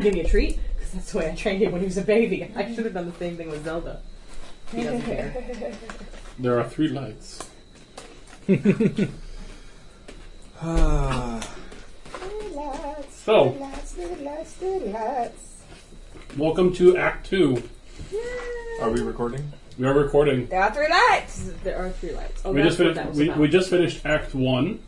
give you a treat because that's the way I trained him when he was a baby. I should have done the same thing with Zelda. He doesn't care. There are three lights. Ah, So, welcome to Act Two. are we recording? We are recording. There are three lights. There are three lights. Oh, we that's just what finished. that was we, about. we just finished Act One.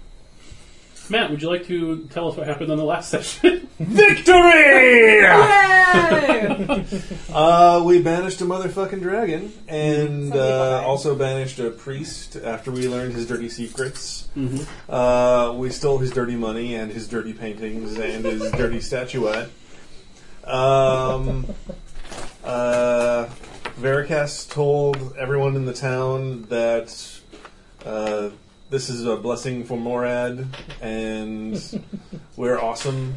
Matt, would you like to tell us what happened on the last session? Victory! Yay! Uh, we banished a motherfucking dragon, and Some people uh, died. also banished a priest after we learned his dirty secrets. Mhm. Uh, we stole his dirty money and his dirty paintings and his dirty statuette. Um, uh, Veracast told everyone in the town that uh, this is a blessing for Morad, and we're awesome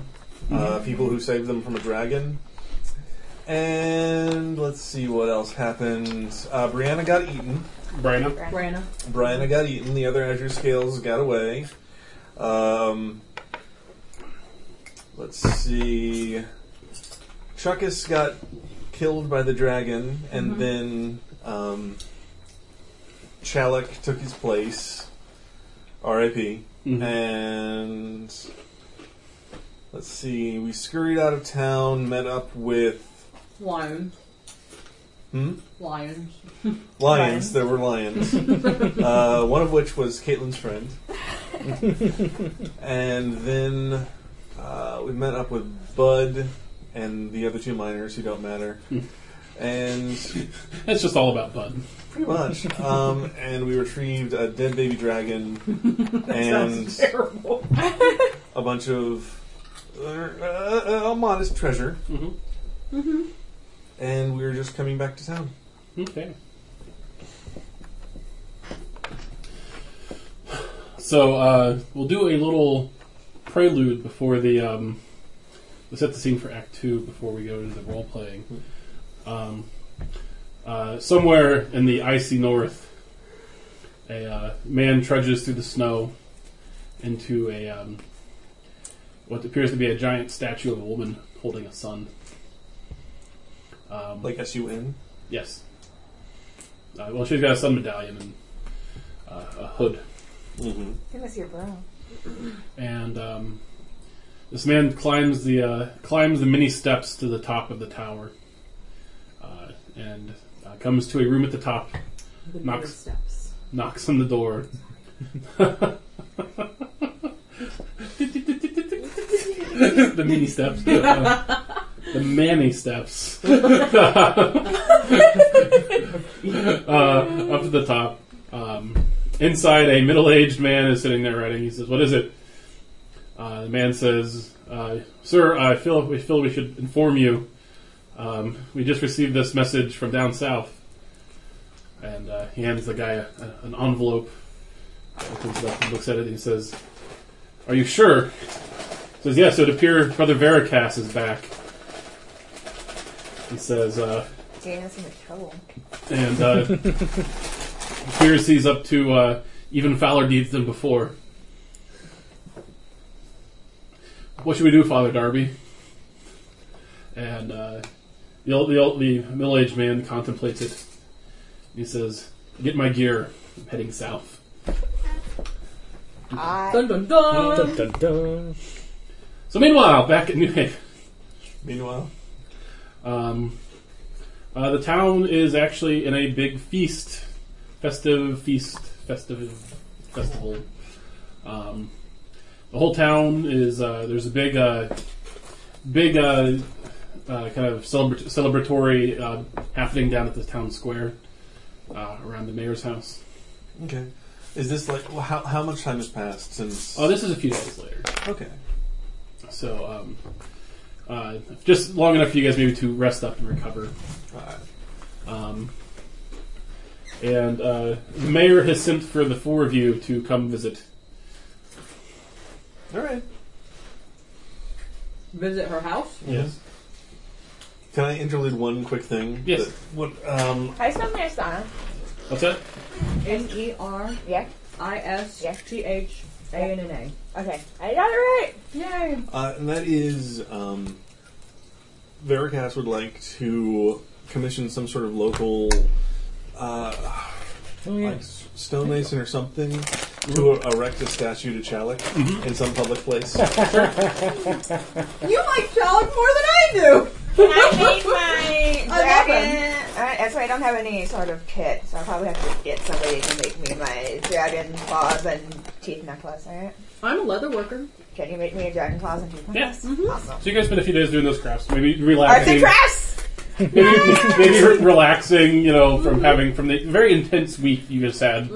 uh, people who saved them from a dragon. And let's see what else happened. Uh, Brianna got eaten. Brianna, Brianna. Brianna got eaten. The other Azure Scales got away. Um, let's see. Chuckus got killed by the dragon, and Mhm. then um, Chalak took his place. R.I.P. Mhm. And let's see. We scurried out of town, met up with. Lion. Hmm? Lions. Lions. There were lions. uh, one of which was Caitlin's friend. and then uh, we met up with Bud and the other two miners who don't matter. and it's just all about Bud. pretty much. Um, and we retrieved a dead baby dragon and Terrible. a bunch of uh, uh, a modest treasure. hmm And we were just coming back to town. Okay. So uh, we'll do a little prelude before the um, we set the scene for Act Two before we go into the role playing. Um, uh, somewhere in the icy north, a uh, man trudges through the snow into a um, what appears to be a giant statue of a woman holding a sun. Um, Like S U N. Yes. Uh, well, she's got a sun medallion and uh, a hood. Mm-hmm. It was your bro. And um, this man climbs the uh, climbs the many steps to the top of the tower, uh, and uh, comes to a room at the top. The Knox. Knox. steps. Knocks on the door. the mini steps. the manny steps. uh, up to the top. Um, inside, a middle aged man is sitting there writing. He says, What is it? Uh, the man says, uh, Sir, I feel, we feel we should inform you. Um, we just received this message from down south. And uh, he hands the guy a, a- an envelope. Opens it up and looks at it and he says, Are you sure? Says, Yes, it would appear Brother Veracast is back. He says, uh, Daniel's in the trouble. and uh, appears he's up to uh, even fouler deeds than before. What should we do, Father Darby? And uh, the, old, the, old, the middle-aged man contemplates it. He says, "Get my gear. I'm heading south." I Dun dun dun. Dun, dun. So meanwhile, back at New Haven, Meanwhile, um, uh, the town is actually in a big feast, festive feast, festive festival. Um, the whole town is uh, there's a big, uh, big uh, uh, kind of celebra- celebratory uh, happening down at the town square uh, around the mayor's house. okay. Is this like wh- how, how much time has passed since? Oh, this is a few days later. okay. So, um, uh, just long enough for you guys maybe to rest up and recover. Alright. Um, and uh, the mayor has sent for the four of you to come visit. All right. Visit her house. Yes. Can I interlude one quick thing? Yes. That- What? Um. I spelled my son. What's that? N E R Yeah. I S T H A N N A. Okay. I got it right. Yay! Uh, and that is um. Veracast would like to commission some sort of local, uh, Oh, like s- stonemason or something, to erect a statue to Chalik Mm-hmm. in some public place. You like Chalik more than I do. Can I make my love dragon? Alright, that's why I don't have any sort of kit, so I'll probably have to get somebody to make me my dragon claws and teeth necklace, alright? I'm a leather worker. Can you make me a dragon claws and teeth necklace? Yes. Awesome. So you guys spend a few days doing those crafts, maybe Arts and relaxing, crafts! maybe, maybe re- relaxing, you know, from having from the very intense week you just had.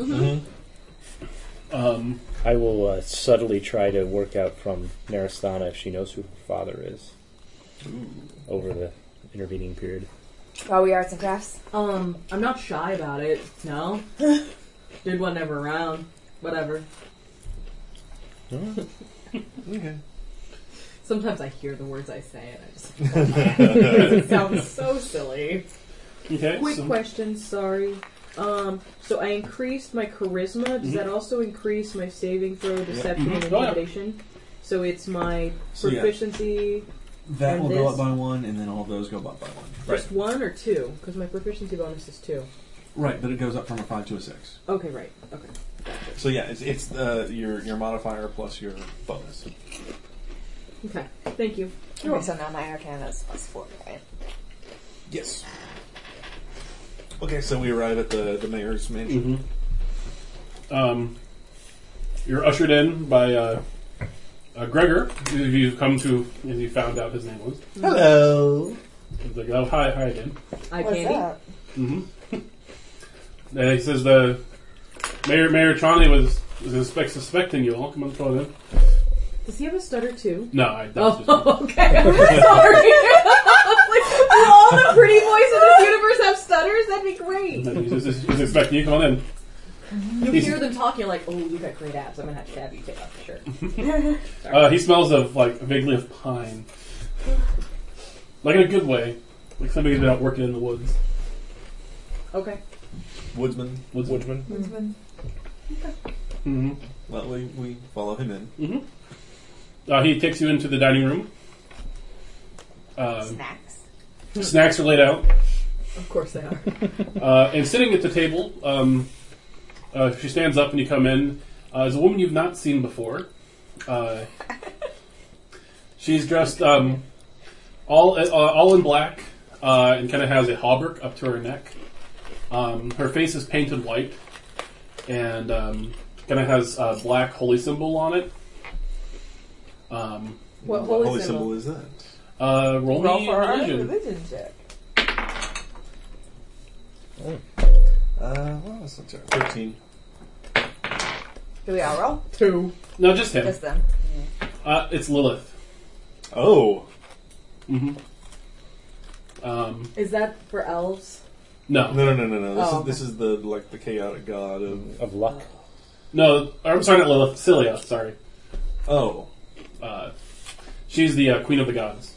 Um, I will uh, subtly try to work out from Narasthana if she knows who her father is over the intervening period. Are we arts and crafts? Um, I'm not shy about it. No, dude wasn't ever around. Whatever. okay. Sometimes I hear the words I say, and I just it sounds so silly. okay. Quick so- question, sorry. Um, so I increased my charisma. Does that also increase my saving throw, deception, and Mhm. Oh, Mm-hmm. yeah. intimidation? So it's my So, yeah. proficiency, That And will go this? up by one, and then all those go up by one. just one or two? Because my proficiency bonus is two. Right, but it goes up from a five to a six. Okay, right. Okay. So yeah, it's, it's uh, your your modifier plus your bonus. Okay. Thank you. Okay, so now my arcana is plus four, right? Yes. Okay, so we arrive at the, the mayor's mansion. hmm Um, you're ushered in by uh, uh, Gregor. who You've come to, as you found out his name was. Mm-hmm. Hello. He's like, oh, hi, hi again. Eye What's candy. up? hmm Uh, he says the mayor, Mayor Trani was, was suspect, suspecting you all. Come on, call in. Does he have a stutter too? No, I, that was just me. Oh, okay. I'm sorry. Like, do all the pretty boys in this universe have stutters? That'd be great. He's, he's, he's expecting you. Come on in. You He's- hear them talking, like, "Oh, you got great abs. I'm gonna have to have you take off your shirt." Uh, he smells of like vaguely of pine, like in a good way, like somebody who's been out working in the woods. Okay. Woodsman. Woods. Woodsman. hmm Well, we, we follow him in. hmm Uh, he takes you into the dining room. Um, Snacks. snacks are laid out, Of course they are. uh, and sitting at the table, um, uh, she stands up and you come in. Uh, is a woman you've not seen before. Uh, she's dressed um, all uh, all in black uh, and kind of has a hauberk up to her neck. Um, her face is painted white and um, kind of has a black holy symbol on it. Um, What holy holy symbol? symbol is that? Uh, roll, Roll me for our religion. religion check. Uh, well, that's not terrible. Thirteen. Do we all roll? Two. No, just him. Just them. Uh, it's Lilith. Oh, hmm Um, Is that for elves? no, no, no, no, no, no. This Oh, is this is the like the chaotic god of. Of luck. no. I'm sorry, not Lilith. Celia. Sorry. Oh, Uh, she's the uh, queen of the gods.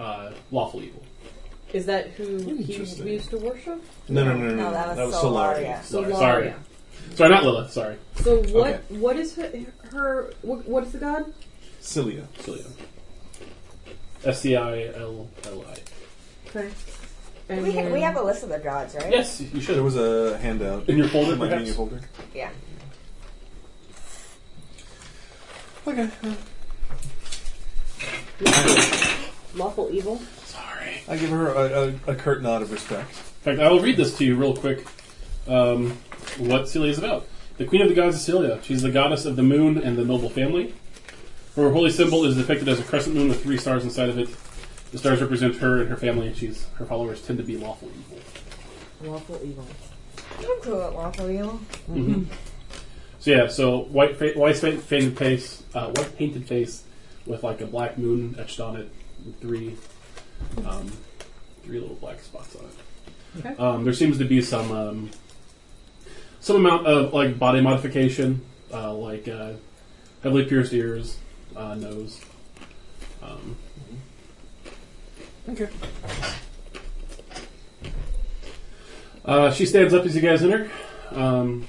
Uh, lawful evil. Is that who he Interesting. we used to worship? no, no, no, no. No, Mm, Oh, that was Solaria. Solaria. Sorry. Sorry, not Lilith. Sorry, So what? Okay. What is her? her what, what is the god? Cilia. Celia. S C I L L I. Okay. And We, ha- we then- have a list of the gods, right? Yes, you There should. was a handout In your folder, It Might be in perhaps? your folder. Yeah. Okay. uh, lawful evil. Sorry. I give her a, a, a curt nod of respect. In fact, I will read this to you real quick. Um, what Celia is about. The Queen of the Gods is Celia. She's the goddess of the moon and the noble family. Her holy symbol is depicted as a crescent moon with three stars inside of it. The stars represent her and her family, and she's her followers tend to be lawful evil. Lawful evil. I'm cool at lawful evil. So yeah, so white, fa- white fa- painted face, uh, white painted face with like a black moon etched on it, with three, um, three little black spots on it. Okay. Um, there seems to be some um, some amount of like body modification, uh, like uh, heavily pierced ears, uh, nose. Um, Okay. uh, she stands up as you guys enter. Um,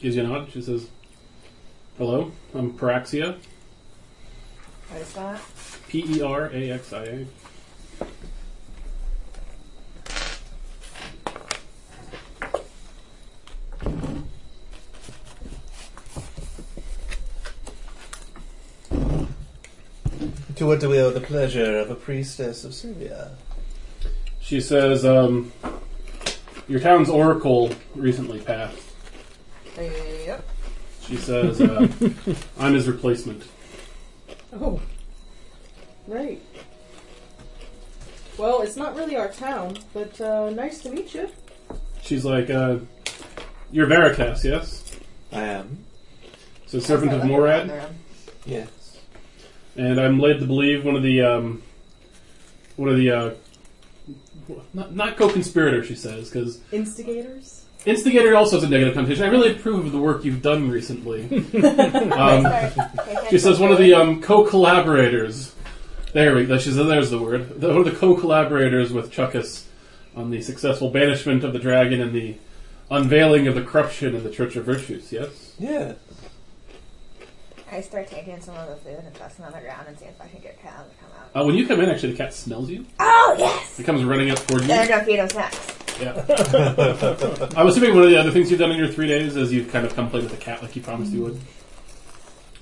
gives you a nod. She says, "Hello, I'm Paraxia." What is that? P E R A X I A. To what do we owe the pleasure of a priestess of Servia? She says, um, Your town's oracle recently passed. Yep. She says, uh, I'm his replacement. Oh. Right. Well, it's not really our town, but uh, nice to meet you. She's like, uh, You're Veritas, yes? I am. So, servant of Morad. Yes. and I'm led to believe one of the um, one of the uh, not, not co-conspirator, she says, because Instigators? instigator also has a negative connotation. I really approve of the work you've done recently. um, she says one of the um, co-collaborators. There we. She says there's the word. The- One of the co-collaborators with Chuckus on the successful banishment of the dragon and the unveiling of the corruption in the Church of Virtues. Yes. Yeah. I start taking some of the food and tossing it on the ground and seeing if I can get Cal to come out. Uh, when you come in, actually, the cat smells you. Oh yes! It comes running up toward you. There are no feed him snacks. Yeah. I'm assuming one of the other things you've done in your three days is you've kind of come play with the cat like you promised you would.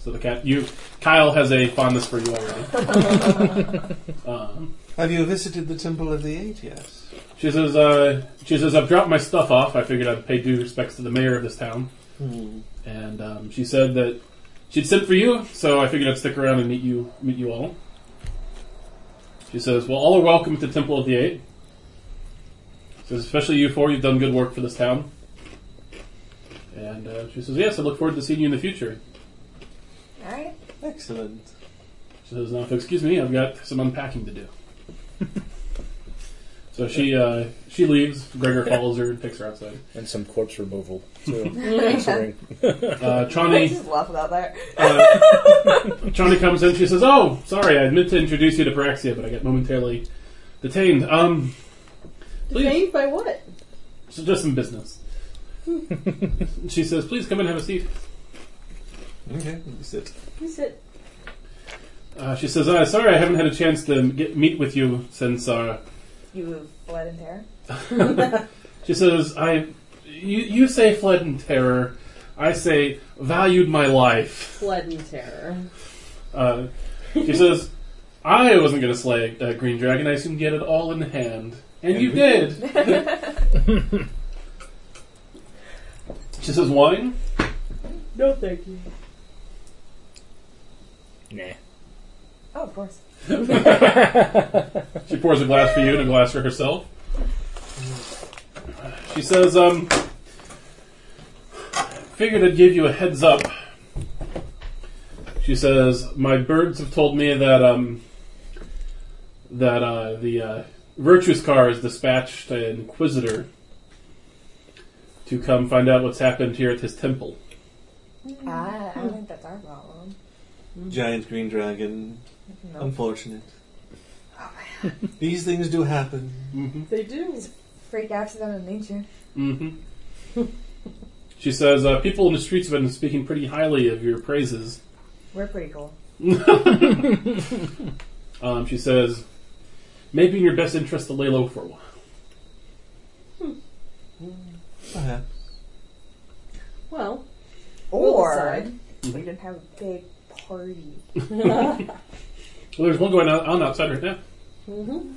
So the cat, you, Kyle has a fondness for you already. um, Have you visited the Temple of the Eight yet? she says, uh, she says, I've dropped my stuff off. I figured I'd pay due respects to the mayor of this town. Hmm. And um, she said that she'd sent for you, so I figured I'd stick around and meet you, meet you all. She says, well, all are welcome to Temple of the Eight. She says, especially you four, you've done good work for this town. And uh, she says, yes, I look forward to seeing you in the future. Alright. Excellent. She says, now, if you'll excuse me, I've got some unpacking to do. so she uh, she leaves. Gregor follows her and takes her outside. And some corpse removal, too. Answering. Uh, I Chani just laugh about that. Uh, Johnny comes in. She says, "Oh, sorry, I meant to introduce you to Paraxia, but I got momentarily detained. Um, Please. Detained by what? so just some business." she says, "Please come and have a seat." Okay, you sit. You sit. Uh, she says, uh, "Sorry, I haven't had a chance to get, meet with you since." Uh, You fled in terror. she says, "I, you, you say fled in terror. I say valued my life." Fled in terror. Uh, she says, "I wasn't going to slay a green dragon. I assumed you had it all in hand, and you did." she says, "Wine." No, thank you. nah. Oh, of course. She pours a glass for you and a glass for herself. She says, um, figured I'd give you a heads up. She says, my birds have told me that, um, that, uh, the, uh, Virtuous Car has dispatched an inquisitor to come find out what's happened here at his temple. Ah, I don't think that's our problem. Giant green dragon. No. Um, Unfortunate. Oh, These things do happen. Mm-hmm. They do. Freak accident of nature. Mm-hmm. she says, uh, people in the streets have been speaking pretty highly of your praises. We're pretty cool. Um, she says, maybe in your best interest to lay low for a while. Perhaps. Well, We'll Or decide. we can have a big party. Well, there's one going on outside right now. mm-hmm.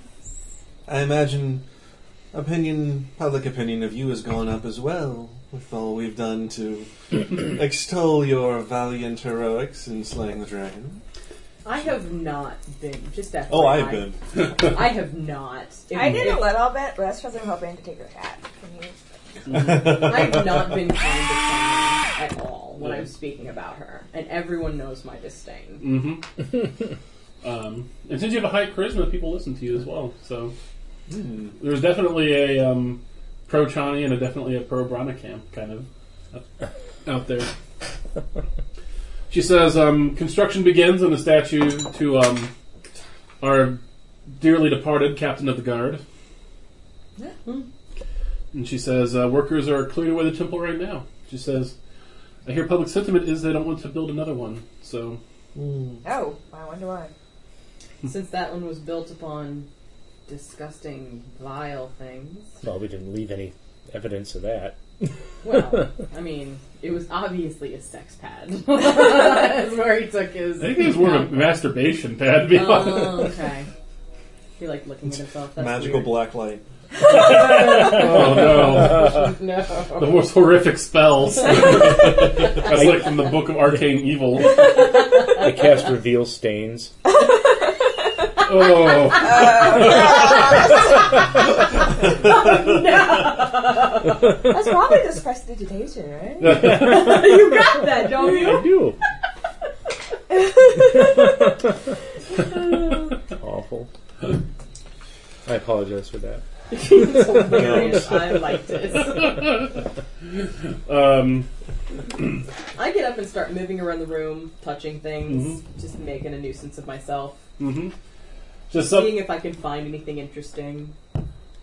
I imagine opinion, public opinion of you has gone up as well with all we've done to extol your valiant heroics in slaying the dragon. I have not been. Just that. Oh, I've been. I have not. I did a little bit, but that's because I'm hoping to take a shot. Can you? I've not been kind to Simon at all when Yeah. I'm speaking about her, and everyone knows my disdain. Mm-hmm. um, and since you have a high charisma, people listen to you as well. So Hmm. there's definitely a um, pro Chani and a definitely a pro Bronacam kind of up- out there. She says, um, construction begins on a statue to um, our dearly departed captain of the guard. And she says, uh, workers are cleared away the temple right now. She says, I hear Hmm. public sentiment is they don't want to build another one. So Oh, I wonder why. since that one was built upon disgusting, vile things. Well, we didn't leave any evidence of that. Well, I mean, it was obviously a sex pad. That's where he took his. I think it was more of a masturbation pad, to be honest. Oh, okay. He like looking at himself. That's Magical weird. black light. Oh no. The no. most horrific spells. That's like from the Book of Arcane Evil. I cast reveal stains. Oh, That's probably just prestidigitation, right? you got that, don't you? I do. Awful. I apologize for that. it's hilarious. I liked it. um, I get up and start moving around the room, touching things, Mm-hmm. just making a nuisance of myself, hmm just seeing some, if I can find anything interesting.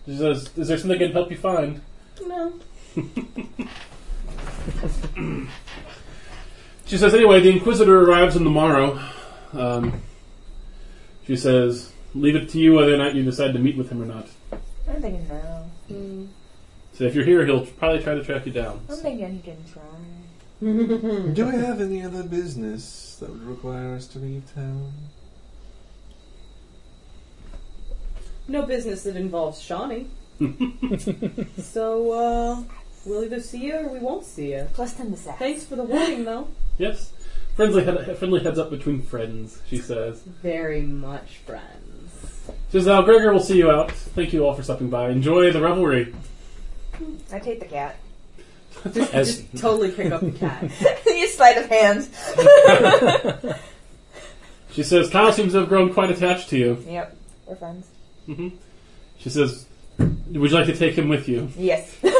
she says, is there something I can help you find? No. She says, anyway, the Inquisitor arrives on the morrow. Um, she says, leave it to you whether or not you decide to meet with him or not. I'm thinking no. Mm. So if you're here, he'll probably try to track you down. Oh, I'm thinking he can try. Do we have any other business that would require us to leave town? No business that involves Shawnee. so, uh, we'll either see you or we won't see you. Plus ten to sex. Thanks for the warning, though. Yes. Friendly, head, friendly heads up between friends, she says. Very much friends. She says, now, Gregor will see you out. Thank you all for stopping by. Enjoy the revelry. I take the cat. Just, As- just totally pick up the cat. Use sleight of hand. She says, Kyle seems to have grown quite attached to you. Yep. We're friends. hmm She says, would you like to take him with you? Yes. and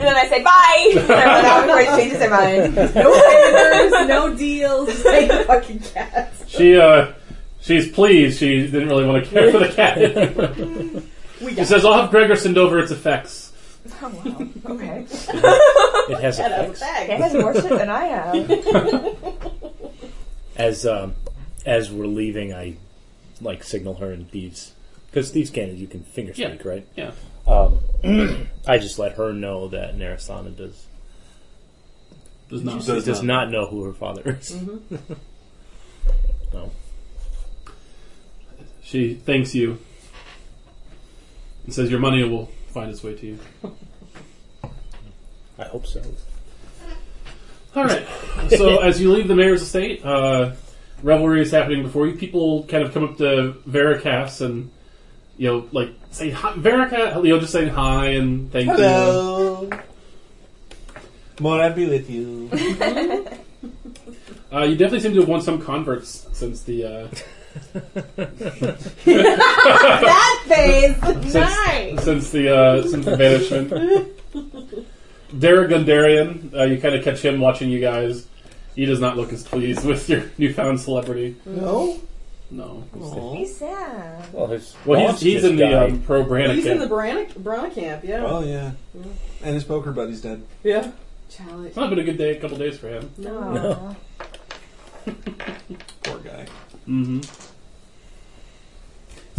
then I say bye. And I run out before he changes his mind. no favors, no deals. Just take the fucking cat. She, uh, she's pleased. She didn't really want to care for the cat. We she got says, I'll have Gregor send over its effects. Oh wow. Okay. It has that out of effects. the bag. That has more shit than I have. As um, as we're leaving, I like signal her and thieves because thieves can you can finger Yeah. sneak, right? Yeah. Um, I just let her know that Narasana does Does not. does, does not know who her father is. Mm-hmm. no, She thanks you and says, your money will find its way to you. I hope so. All right. so as you leave the mayor's estate, uh, revelry is happening before you. People kind of come up to Veracast and you know, like say hi, Veracast. You know, just saying hi and thank you. More, I'll be with you. Uh, you definitely seem to have won some converts since the uh, that phase. since, since the uh, since the banishment. Derek Gundarian, uh, you kind of catch him watching you guys. He does not look as pleased with your newfound celebrity. no? No. Aw. He's sad. Well, his Well, boss he's, he's just in the died. um, pro Brannigan. He's in the Brana, Brana camp, yeah. Oh, yeah. And his poker buddy's dead. yeah. Challenge. it's not been a good day, a couple days for him. No. Aw. Poor guy. Mm-hmm.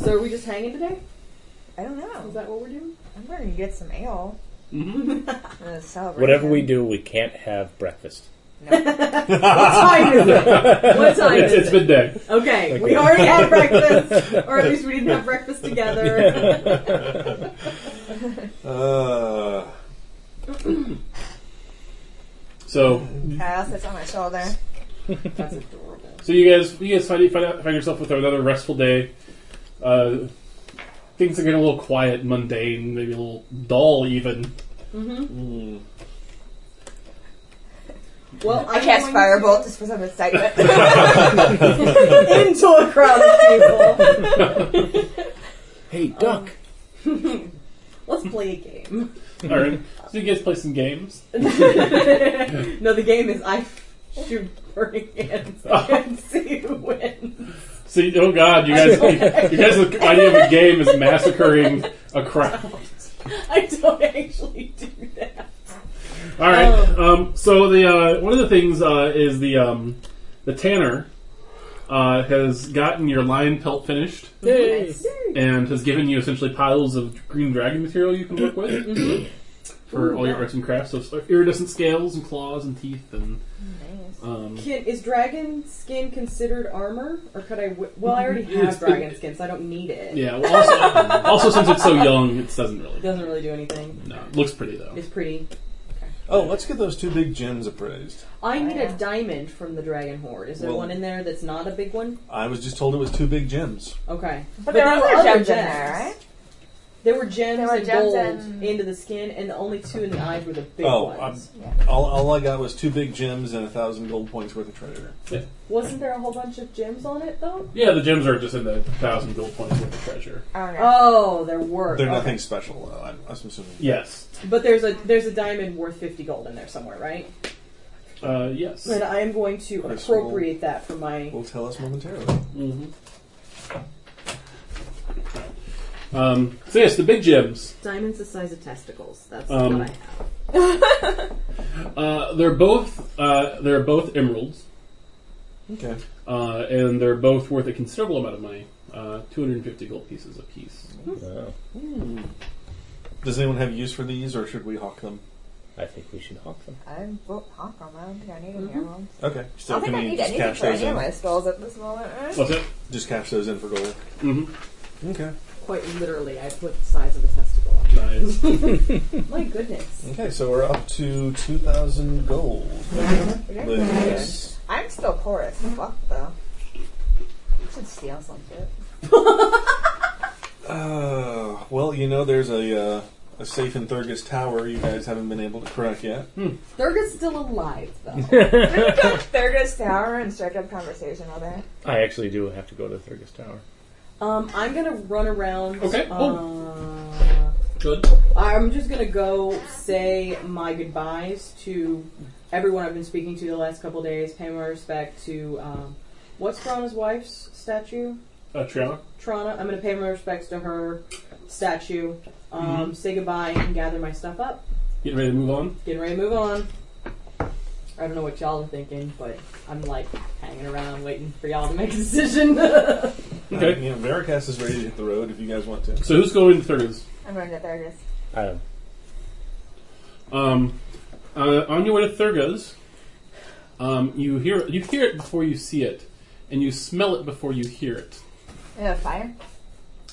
So are we just hanging today? I don't Is know. that what we're doing? I'm gonna get some ale. Mm-hmm. I'm gonna celebrate. Whatever him. we do, we can't have breakfast. What time is it? What time It's, is it's it? midday. Okay, Okay. we already had breakfast, or at least we didn't have breakfast together. Uh, So, Kyle sits on my shoulder. That's adorable. so you guys, you guys find you find, out, find yourself with another restful day. Uh, things are getting a little quiet, mundane, maybe a little dull, even. Mm-hmm. mm. Well, I cast fireball just for some excitement. into a crowd of people. Hey, duck. Let's play a game. All right. So you guys play some games. no, the game is I shoot burning hands and see who wins. So you, oh god, you guys, you guys, the idea of a game is massacring a crowd. I don't actually do that. All right. Um, so the uh, one of the things uh, is the um, the tanner uh, has gotten your lion pelt finished Yay. and has given you essentially piles of green dragon material you can work with for all your arts and crafts. So it's like iridescent scales and claws and teeth and um, Can, is dragon skin considered armor, or could I? W- well, I already have It's- dragon skin, so I don't need it. yeah. Well, also, also since it's so young, it doesn't It really. doesn't really do anything. No, it looks pretty though. It's pretty. Oh, let's get those two big gems appraised. I need Oh, yeah. a diamond from the dragon horde. Is there Well- one in there that's not a big one? I was just told it was two big gems. Okay, But, there are were other gems in there, right? There were gems There were and gems gold and- into the skin, and the only two in the eyes were the big Oh, ones. All, all I got was two big gems and a thousand gold points worth of treasure. Wasn't there a whole bunch of gems on it though? Yeah, the gems are just in the thousand gold points worth of treasure. I don't know. Oh, there were. They're okay. nothing special, though. I'm, I'm assuming. Yes. But there's a there's a diamond worth fifty gold in there somewhere, right? Uh, yes. And I am going to Personal- appropriate that for my. Will tell us momentarily. hmm Um, so yes, the big gems. Diamond's the size of testicles. That's Um, what I have. Uh, they're both uh, they're both emeralds, Okay. uh, and they're both worth a considerable amount of money. Uh, 250 gold pieces apiece. Wow. Hmm. Does anyone have use for these, or should we hawk them? I think we should hawk them. I'm bo- hawk on. I don't think I need any emeralds. Okay. I So don't can think I we need just anything cash for those any of in? my spells at this moment. eh? What's it? Just cash those in for gold. hmm Okay. Quite literally, I put the size of a testicle. on it. Nice. My goodness. Okay, so we're up to 2,000 gold. Liz. I'm still poor as fuck though. I should steal some shit. Uh, well, you know, there's a, uh, a safe in Thurgis Tower you guys haven't been able to crack yet. Thurga's still alive, though. Thurgis Tower and strike up conversation all there. I actually do have to go to Thurgis Tower. Um, I'm gonna run around. Okay, Uh, Good. I'm just gonna go say my goodbyes to everyone I've been speaking to the last couple days. Pay my respect to um, what's Grana's wife's statue. Uh, Triana. Trana, I'm going to pay my respects to her statue, um, say goodbye, and gather my stuff up. Getting ready to move on. Getting ready to move on. I don't know what y'all are thinking, but I'm like hanging around waiting for y'all to make a decision. Okay. Uh, you know, Veracast is ready to hit the road if you guys want to. So who's going to Thurgis? I'm going to Thurgis. I don't. Um, uh, on your way to Thurgo's, um, you hear you hear it before you see it, and you smell it before you hear it. You have fire?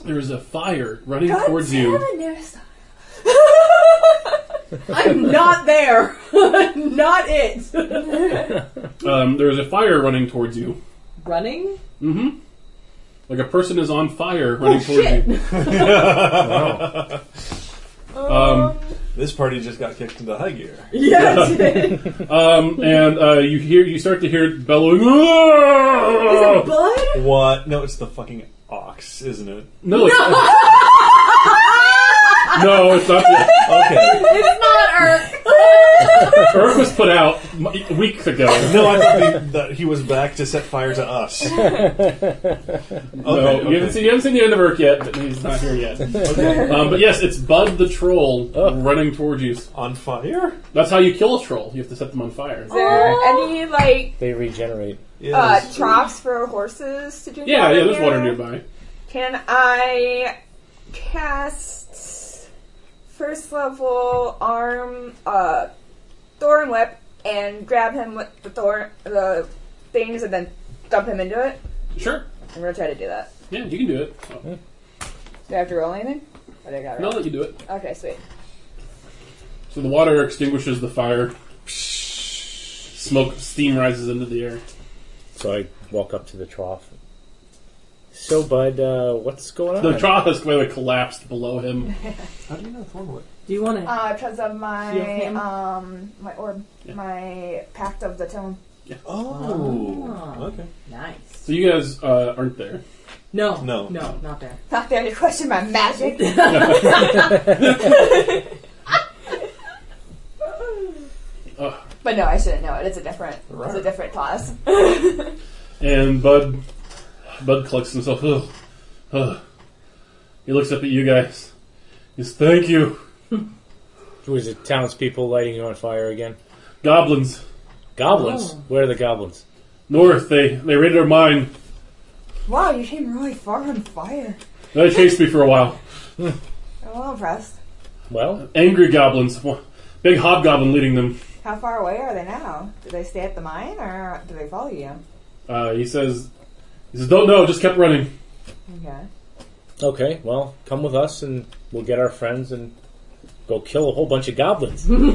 There is a fire running towards you. I'm not there. not it. Um, there is a fire running towards you. Running? Mm-hmm. Like a person is on fire running towards you. Wow. Um, This party just got kicked into high gear. Yes. Is um, and uh, you hear you start to hear it bellowing. it no, Bud? What? No, it's the fucking ox, isn't it? it's no, it's not. the- Okay. it's not Urk. Earth was put out m- weeks ago. No, I thought he, that he was back to set fire to us. Okay, No, okay. you, haven't seen, you haven't seen the end of Urk yet, but he's not here yet. Okay. Um, but yes, it's Bud the troll Oh. running towards you. On fire? That's how you kill a troll. You have to set them on fire. Is there any like They regenerate. Oh. uh, Yes. troughs for horses to drink? Yeah, out yeah. of There's water here? nearby. Can I cast first level arm uh thorn whip and grab him with the thorn the things and then dump him into it? Sure. I'm gonna try to do that. Yeah, you can do it. Oh, Do I have to roll anything? What do I got and I'll let you do it. Okay, sweet. So the water extinguishes the fire. Smoke, steam rises into the air. So I walk up to the trough. So, bud, uh, what's going on? The trough has clearly collapsed below him. How do you know Thornwood? Do you want to? Uh, because of my him? um my orb, Yeah. my pact of the tone. Oh. Okay. Nice. So you guys uh, aren't there. No. No. No, not there. Not there to question my magic. But no, I shouldn't know it. It's a different, it's a different class. And Bud, Bud collects himself. Ugh. Ugh. He looks up at you guys. He says, "Thank you, Was it townspeople lighting you on fire again? goblins." Goblins? Oh. Where are the goblins? North, they they raided our mine. Wow, you came really far on fire. They chased me for a while. I'm a little impressed. Well, Angry goblins. One- Big hobgoblin leading them. How far away are they now? Do they stay at the mine or do they follow you? Uh, he says, he says, don't know, just kept running. Okay. Uh, okay, well, come with us and we'll get our friends and go kill a whole bunch of goblins. I do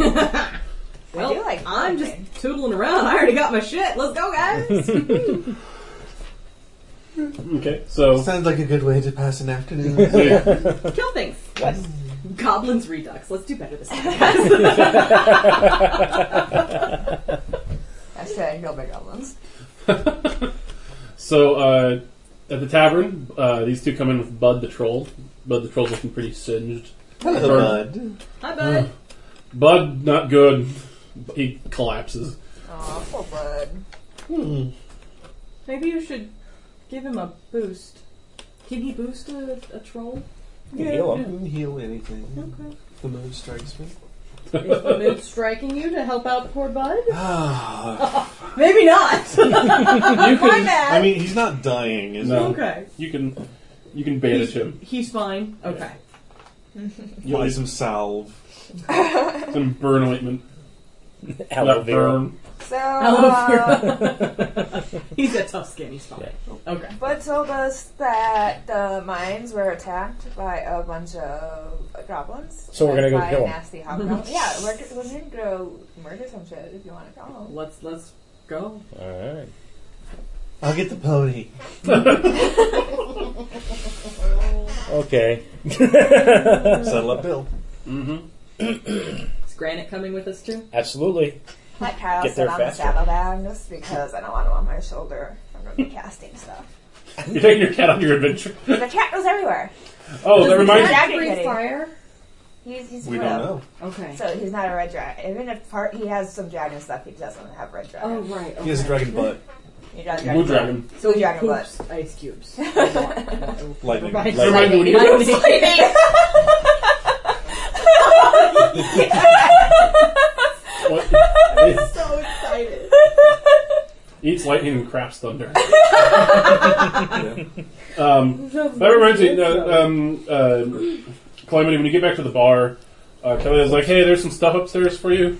Well, like I'm just climbing. tootling around. I already got my shit. Let's go, guys. Okay, so. Sounds like a good way to pass an afternoon. so you- Kill things. Yes. Goblins Redux. Let's do better this time. I said, no big goblins. So uh, at the tavern, uh, these two come in with Bud the troll. Bud the troll's looking pretty singed. Hello, bud. Hi, bud. Bud, not good. He collapses. Oh, poor bud. Hmm. Maybe you should give him a boost. Can he boost a, a troll? Heal 'em. Didn't heal anything. Okay. The mood strikes me. Is the mood striking you to help out poor Bud? Ah, Maybe not. You My can, bad. I mean, he's not dying, is No. okay. you can, you can bandage him. He's fine. Okay. he? Buy some salve. Some burn ointment. Aloe Not vera. burn. So, I love your- uh, He's a tough skin. He's fine. Okay. Bud told us that the mines were attacked by a bunch of goblins. So we're gonna go like, by kill a 'em. nasty hobgoblin. yeah, we're, g- we're gonna go murder some shit if you want to call Let's let's go. Alright. I'll get the pony. Okay. Settle up, Bill. hmm Mm-hmm. Is Granite coming with us too? Absolutely. My Kyle Get sit there on faster. the saddlebag just because I don't want him on my shoulder. I'm gonna be casting stuff. You're taking your cat on your adventure. The cat goes everywhere. Oh, that Does the reminds cat me- breathe Jagged fire. He's, he's We blue. don't know. Okay. So he's not a red dragon. Even if part he has some dragon stuff, he doesn't have red dragon. oh right. Okay. He has a dragon butt. He does Blue dragon. dragon. So Blue dragon poops ice cubes. Lightning. Right. Lightning. Remind me when you- What? so excited. Eats lightning and craps thunder. Yeah. Um, That reminds me, uh, um, uh, Calamity, when you get back to the bar, uh, Kelly is like, "Hey, there's some stuff upstairs for you."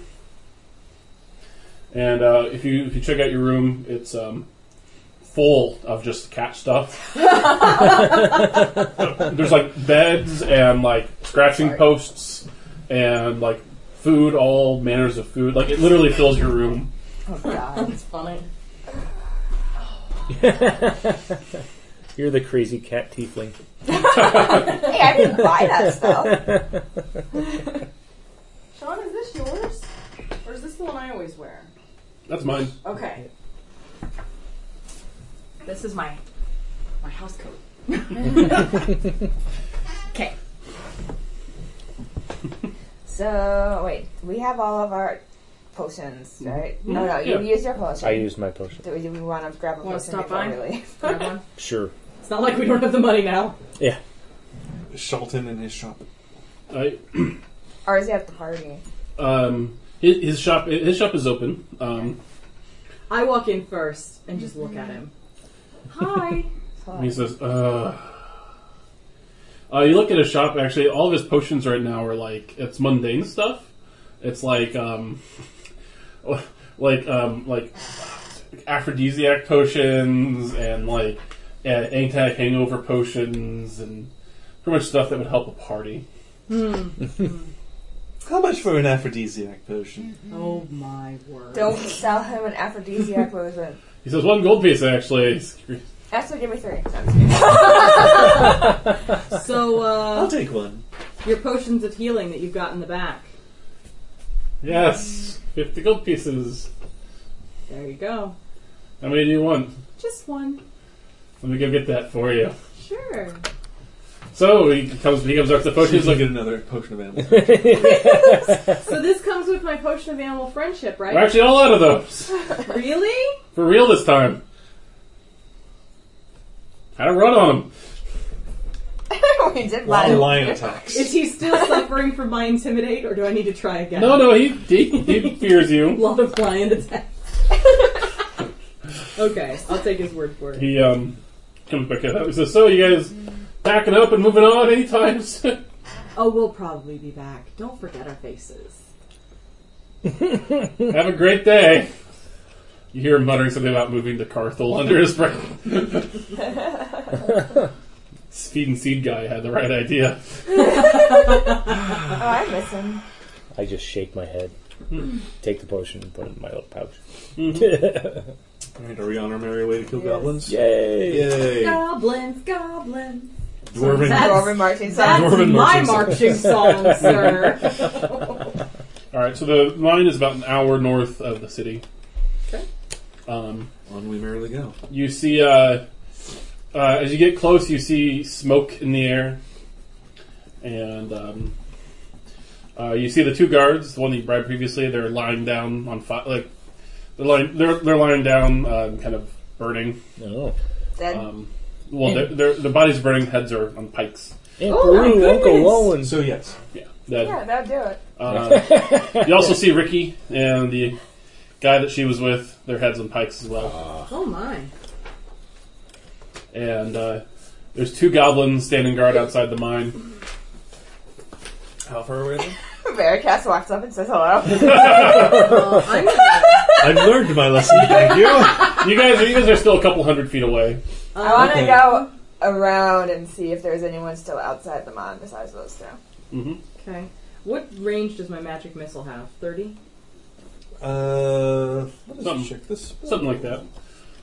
And uh, if you if you check out your room, it's um, full of just cat stuff. there's like beds and like scratching posts and like food, all manners of food. Like it literally fills your room. That's funny. You're the crazy cat tiefling. hey, I didn't buy that stuff. Sean, is this yours? Or is this the one I always wear? That's mine. Okay. This is my my house coat. okay. So wait, we have all of our potions, Mm-hmm. right? No, no, you Yeah. used your potion. I used my potion. do we, do we want to grab a Wanna potion stop before by? we leave? Sure. It's not like we don't have the money now. Shelton in his shop. I Or is he at the party? um, his, his shop his shop is open. Um, I walk in first and just look at him. Hi. Hold And he on. says, uh, uh, you look at his shop, actually, all of his potions right now are like, it's mundane stuff. It's like, um, like, um, like aphrodisiac potions and like uh, anti hangover potions and pretty much stuff that would help a party. Hmm. How much for an aphrodisiac potion? oh my word. Don't sell him an aphrodisiac potion. He says, one gold piece, actually. Actually, give me three. So I'll uh, take one. your potions of healing that you've got in the back. Yes, 50 gold pieces. There you go. How many do you want? Just one. Let me go get that for you. Sure. So he comes, he comes up to the potions, Potion is like like, another potion of animal. So this comes with my potion of animal friendship, we're right? actually all out of those. really? For real this time. Had a run on him. we did buy Lion, him. attacks. Is he still suffering from my intimidate, or do I need to try again? No, no, he he, he fears you. lot of lion attacks. okay, I'll take his word for it. He um comes back out. He says, "So you guys packing up and moving on anytime soon?" Oh, we'll probably be back. Don't forget our faces. Have a great day. You hear him muttering something about moving to Carthel under his breath. Feed and seed guy had the right idea. Oh, I miss him. I just shake my head, Hmm. take the potion, and put it in my little pouch. Hmm. All right, are we on our merry way to kill Yes. goblins? Yay! Yay! Goblins, goblins. Dwarven. That's- Dwarven marching That's song. Dwarven my marching song. marching song, sir. All right, so the line is about an hour north of the city. Okay. Um, On we merrily go. You see, uh, uh, as you get close, you see smoke in the air, and um, uh, you see the two guards, the one that you bribed previously. They're lying down on fire, like they're lying, they're, they're lying down, um, kind of burning. Oh. Dead. Um, well, they're, they're, their bodies are burning, heads are on pikes. Oh, my Ooh, Uncle goodness. Lowen. So yes, Yeah, dead. yeah, that'll do it. Uh, you also see Ricky and the guy that she was with. Their heads on pikes as well. Oh my. and uh, there's two goblins standing guard outside the mine. how far away? Are they? Veracast walks up and says hello. Well, I'm gonna, I've learned my lesson. Thank you. You guys, are, you guys are still a couple hundred feet away. I want to Okay. go around and see if there's anyone still outside the mon besides those two. okay. What range does my magic missile have? Thirty. Uh, let me Something. check this. Something like that.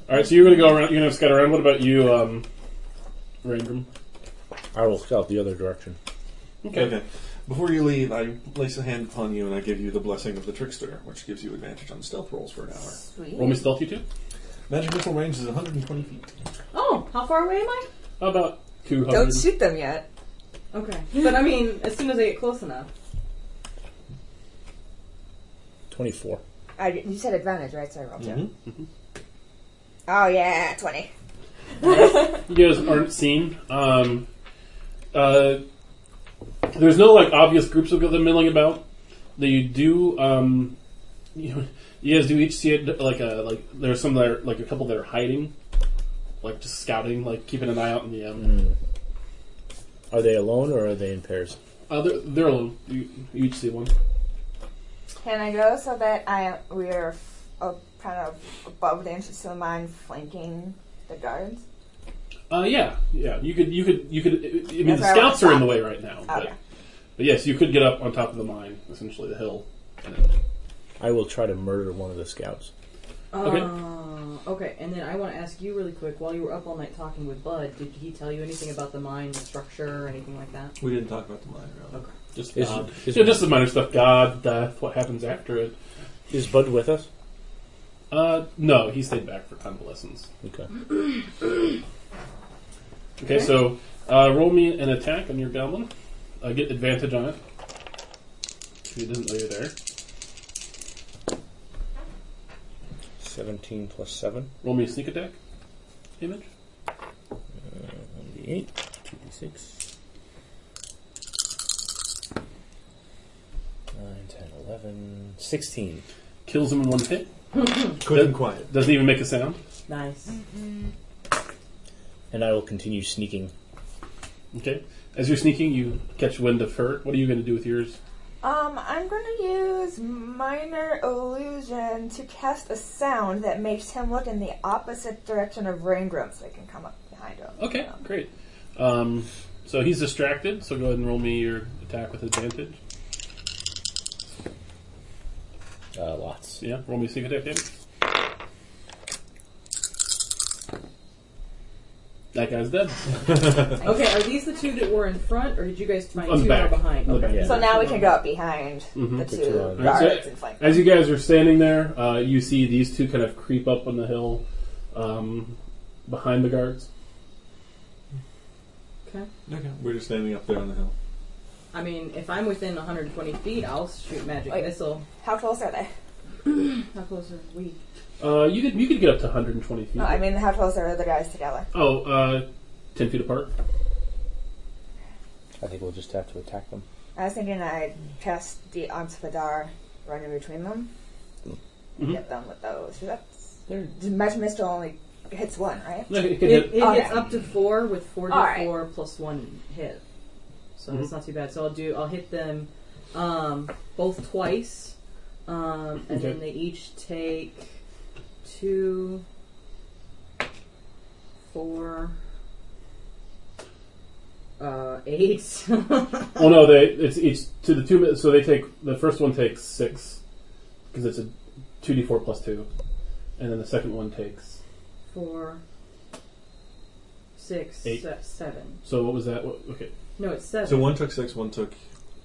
All right, so you're gonna go around. You're gonna scout around. What about you, um, Rangram? I will scout the other direction. Okay. Before you leave, I place a hand upon you and I give you the blessing of the trickster, which gives you advantage on stealth rolls for an hour. Roll me stealth, you two. Magic missile range is 120 feet. Oh, how far away am I? How about two Don't hundred? shoot them yet. Okay. But I mean, as soon as I get close enough. 24. I, you said advantage, right? So I rolled two. Mhm. Oh yeah, twenty. You guys aren't seen. Um, uh, there's no like obvious groups of them milling about. They do. Um, you, you guys do each see it like a like. There's some that are like a couple that are hiding, like just scouting, like keeping an eye out in the um. Are they alone or are they in pairs? Uh, they're, they're alone. You, you each see one. Can I go so that I we are f- uh, kind of above the entrance to the mine, flanking the guards? Uh, yeah, yeah. You could, you could, you could. I mean, That's the where I scouts wanna are in the stop. Oh, way right now. But, Okay. but yes, you could get up on top of the mine, essentially the hill. I will try to murder one of the scouts. Okay. Uh, okay. And then I want to ask you really quick. While you were up all night talking with Bud, did he tell you anything about the mine, the structure, or anything like that? We didn't talk about the mine, really. Okay. Just Is- God. is- Uh, yeah, just the minor stuff. God, death, what happens after it. Is Bud with us? Uh, no, he stayed back for convalescence. Okay. Okay, so uh, roll me an attack on your goblin. Uh, get advantage on it. He doesn't know you're there. 17 plus 7. Roll me a sneak attack. Image. uh, 1d8. 2d6. 9, 10, 11, 16. Kills him in one hit. Quick and quiet. Doesn't even make a sound. Nice. Mm. And I will continue sneaking. Okay. As you're sneaking, you catch wind of her. What are you going to do with yours? Um, I'm gonna use minor illusion to cast a sound that makes him look in the opposite direction of Raingram, so I can come up behind him. Okay, great. Um, so he's distracted, so go ahead and roll me your attack with advantage. Uh, lots. Yeah, roll me a sneak attack damage. That guy's dead. Okay. Are these the two that were in front, or did you guys find On the two that were back. behind? On the Okay. back. So now we can go up behind the The two two others. Alright, guards so- and flank. Mm-hmm. them. As you guys are standing there, uh, you see these two kind of creep up on the hill um, behind the guards. Okay. Okay. We're just standing up there on the hill. I mean, if I'm within 120 feet, I'll shoot magic Wait. missile. How close are they? How close are we? Uh, you could you could get up to 120 feet. No, Oh, I mean how close are the guys together? oh, uh, 10 feet apart. I think we'll just have to attack them. I was thinking I cast the Antipadar running between them. Mhm. Get them with those. That's They're Magic Missile only hits one, right? No, it can It, hit. it Okay. hits up to four with four All d right. four plus one hit, so Mm-hmm. it's not too bad. So I'll do I'll hit them um, both twice, um, and Okay. then they each take two, four, uh, eight. Well, Oh, no, they it's each to the two. So they take the first one takes six because it's a two d four plus two, and then the second one takes. four, six, Eight. se- seven. So what was that? What, okay, No, it's seven. So one took six, one took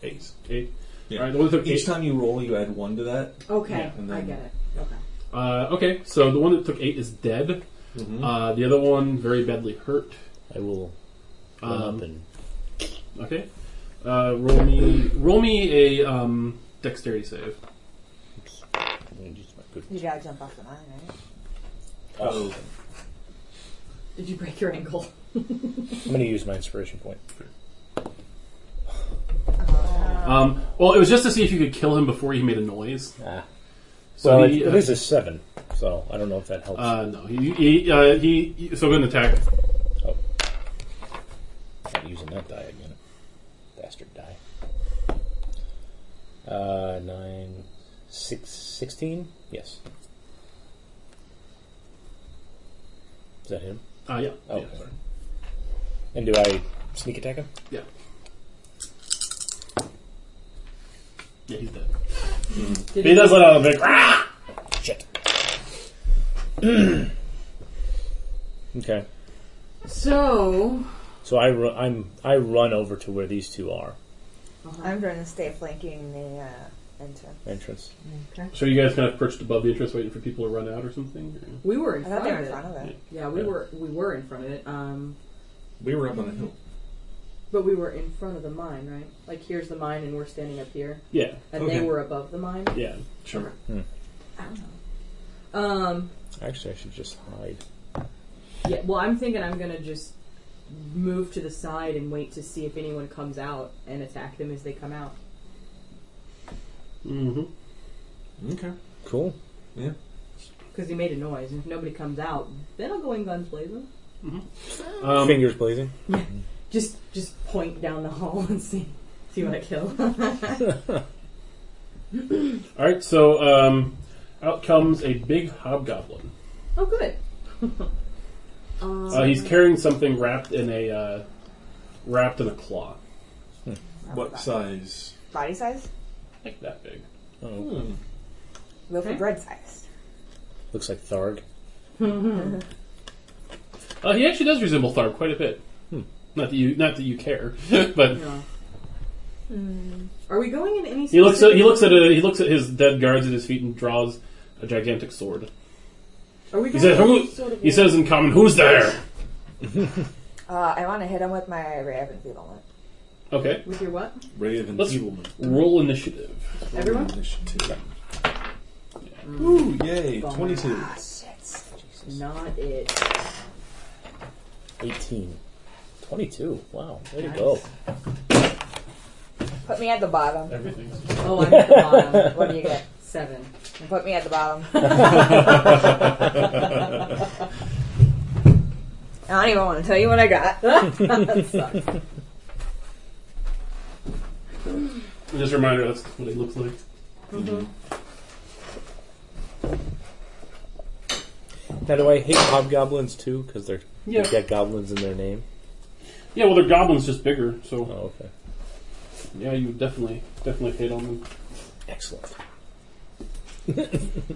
eight. eight. Yeah. All right, the one that took Each eight. time you roll, you add one to that. okay, and I then- get it. Okay. Uh, okay, so the one that took eight is dead. Mm-hmm. Uh, the other one very badly hurt. I will run up Um, and okay, uh, roll me roll me a um, dexterity save. I'm gonna use my good. You gotta jump off the mine, right? Oh, Did you break your ankle? I'm gonna use my inspiration point. Um, well, it was just to see if you could kill him before he made a noise. Ah. So well, he, it, uh, it is a seven, so I don't know if that helps. Uh, no, he he, uh, he he- so go ahead and attack. Not using that die again. Bastard die. Uh, nine, six, sixteen? Yes. Is that him? Uh, yeah. Oh, yeah, sorry. And do I sneak attack him? Yeah, he's dead. Did He does let out a big. Ah! Shit. okay. So So I ru- I'm I run over to where these two are. I'm going to stay flanking the uh, entrance. Entrance. So you guys kind of perched above the entrance, waiting for people to run out or something. or- we were in I thought front they of were in it. front of it. Yeah, we Yeah. were we were in front of it. Um, We were up on a hill. but we were in front of the mine, right? Like here's the mine, and we're standing up here, Yeah, and Okay. they were above the mine. yeah. Sure. Um, Actually, I should just hide. yeah. Well, I'm thinking I'm gonna just move to the side and wait to see if anyone comes out and attack them as they come out. Mm-hmm. Okay. Cool. Because he made a noise, and if nobody comes out, then I'll go in guns blazing. Um, Fingers blazing. Just just point down the hall and see see what I kill. All right, so um, out comes a big hobgoblin. oh, good. Uh, he's carrying something wrapped in a uh, wrapped in a cloth, What size? Body size? like that big. Oh, Loaf Okay. of bread size. looks like Tharg. Uh, he actually does resemble Tharg quite a bit. Not that you not that you care, but Yeah. Are we going in any? he looks at, specific- he looks at a, he looks at his dead guards at his feet and draws a gigantic sword. Are we He going says, in "Who?" sort of He a- says in common, "Who's there?" Uh, I want to hit him with my Ray of Enfeeblement. Okay, with your what? Ray of Let's- Enfeeblement. roll initiative. Everyone? Initiative. Ooh, yay. Bummer. 22. Ah, Shit. Not it. 18. 22. Wow. Way to go. Put me at the bottom. Everything's Oh, I'm at the bottom. What do you get? Seven. Put me at the bottom. I don't even want to tell you what I got. That sucks. just a reminder. That's what he looks like. Now, do I hate hobgoblins too? Because they're Yeah. they've got goblins in their name. Yeah, well, they're goblins, just bigger. So Oh, okay. yeah, you definitely definitely hate on them. Excellent.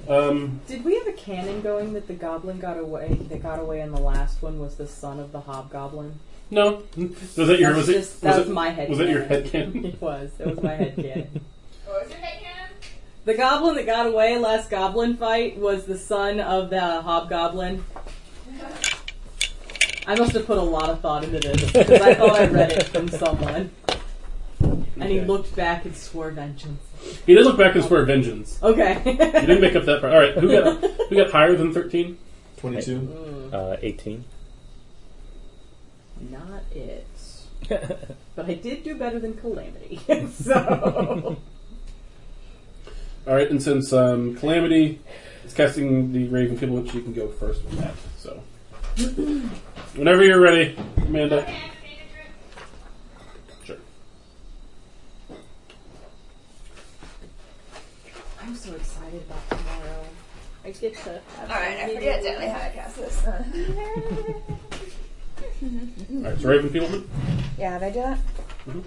Um, Did we have a canon going that the goblin got away? That got away in the last one was the son of the hobgoblin. no, was that your That was was, it just, that was, it- my head. was that your canon. headcanon? It was. It was my head canon. What was your name? The goblin that got away last goblin fight was the son of the hobgoblin. I must have put a lot of thought into this because I thought I read it from someone. And he Okay. looked back and swore vengeance. He did look back and swear vengeance. Okay. You didn't make up that part. All right, who got who got higher than thirteen? 22. Uh, 18. Not it. But I did do better than Calamity. so. All right, and since um, Calamity is casting the Raven Kibble, you can go first with that. So Whenever you're ready, Amanda. Sure. I'm so excited about tomorrow. I get to. Have Alright, I fun forget meeting. exactly how to cast this. Uh, All right, so Raven Fieldman. yeah, did I do that?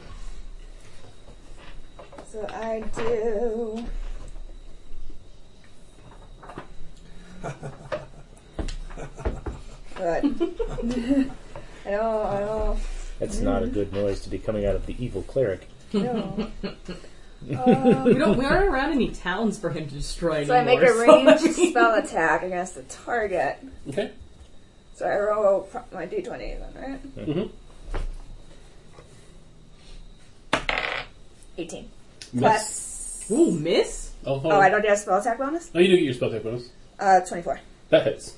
So I do. But I don't, I don't That's not a good noise to be coming out of the evil cleric. know. We don't. We aren't around any towns for him to destroy So I make anymore. a ranged so I mean- spell attack against the target. Okay. So I roll pro- my d20 then, right? Mhm. 18. Miss. Plus. Ooh, miss. Oh, Oh, I don't get a spell attack bonus? oh, you do get your spell check bonus. Uh, 24. That hits.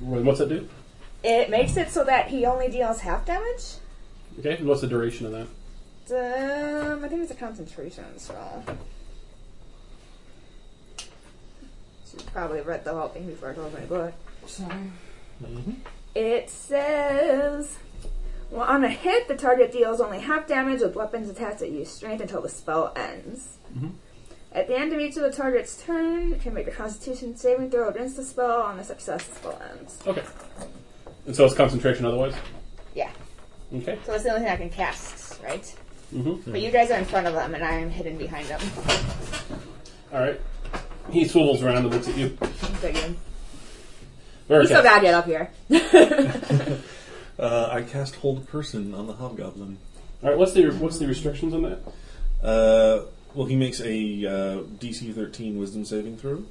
Wait, What's that do? It makes it so that he only deals half damage? Okay, and what's the duration of that? Um, I think it's a concentration spell. Should probably read the whole thing before I close my book. Sorry. It says, well, on a hit, the target deals only half damage with weapons attached that use strength until the spell ends. At the end of each of the target's turn, it can make a Constitution saving throw against the spell. On a success, the spell ends. Okay. And so it's concentration otherwise? Yeah. Okay. So it's the only thing I can cast, right? Mm-hmm. But you guys are in front of them, and I am hidden behind them. Alright. He swivels around and looks at you. He's Very so bad yet up here. Uh, I cast Hold Person on the Hobgoblin. Alright, what's the what's the restrictions on that? Uh, well, he makes a uh, DC 13 Wisdom saving throw.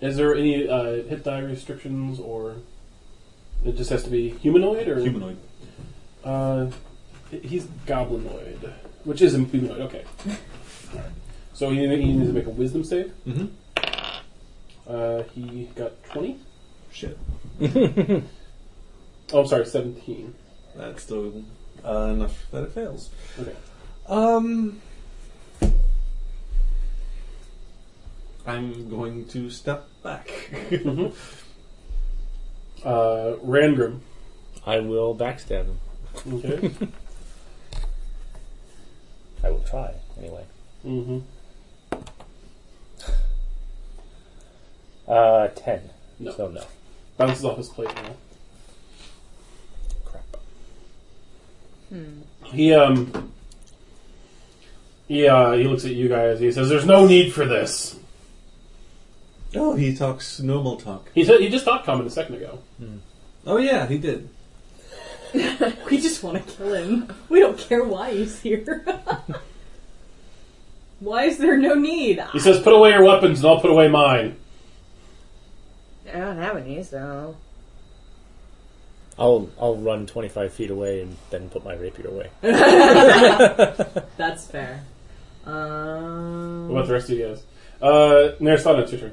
Is there any uh, hit die restrictions or it just has to be humanoid or Humanoid. Uh, he's goblinoid, which is a humanoid. Okay. Alright. So he, he needs to make a wisdom save. Mm-hmm. Uh, he got twenty. Shit. Oh, I'm sorry, seventeen. That's still uh, enough that it fails. Okay. Um, I'm going to step back. Mm-hmm. Uh, Rangrim. I will backstab him. Okay. I will try, anyway. mm-hmm. Uh, 10. No. So no. Bounces off his plate now. Crap. He um he uh, he looks at you guys. He says, "There's no need for this." oh, he talks normal talk. He said he just thought common a second ago. Oh yeah, he did. We just want to kill him. We don't care why he's here. why is there no need? He says, "Put away your weapons, and I'll put away mine." I don't have any, so. I'll I'll run 25 feet away and then put my rapier away. That's fair. Um, What about the rest of you guys? Uh, Narasana, it's your turn.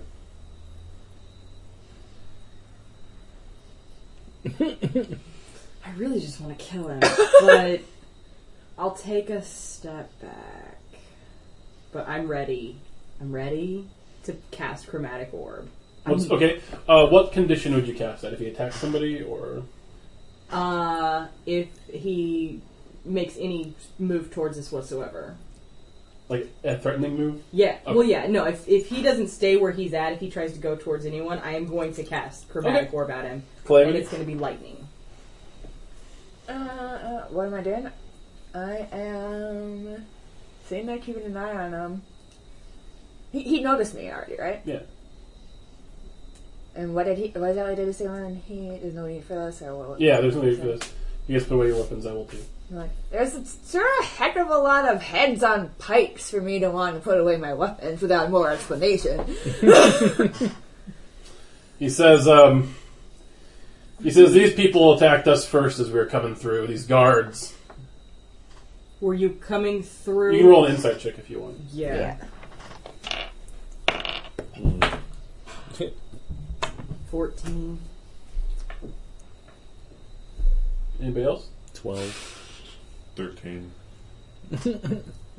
I really just want to kill him, but I'll take a step back. But I'm ready. I'm ready to cast Chromatic Orb. What's, Mm-hmm. okay, uh, what condition would you cast that? If he attacks somebody, or Uh, if he makes any move towards us whatsoever. like a threatening move? Yeah. Okay. Well, yeah. No. If if he doesn't stay where he's at, if he tries to go towards anyone, I am going to cast Chromatic Okay. Orb at him, and Calamity. it's going to be lightning. Uh, uh, what am I doing? I am sitting there keeping an eye on him. He, he noticed me already, right? Yeah. And what did he? What exactly did he say when he? There's no need for this, or what? Yeah, there's no need for this. You guys put away your weapons. I will too. I'm like, there's a, sure a heck of a lot of heads on pikes for me to want to put away my weapons without more explanation. He says, um, he says these people attacked us first as we were coming through. These guards. Were you coming through? You can roll an insight check if you want. Yeah. Fourteen. Anybody else? 12. 13. I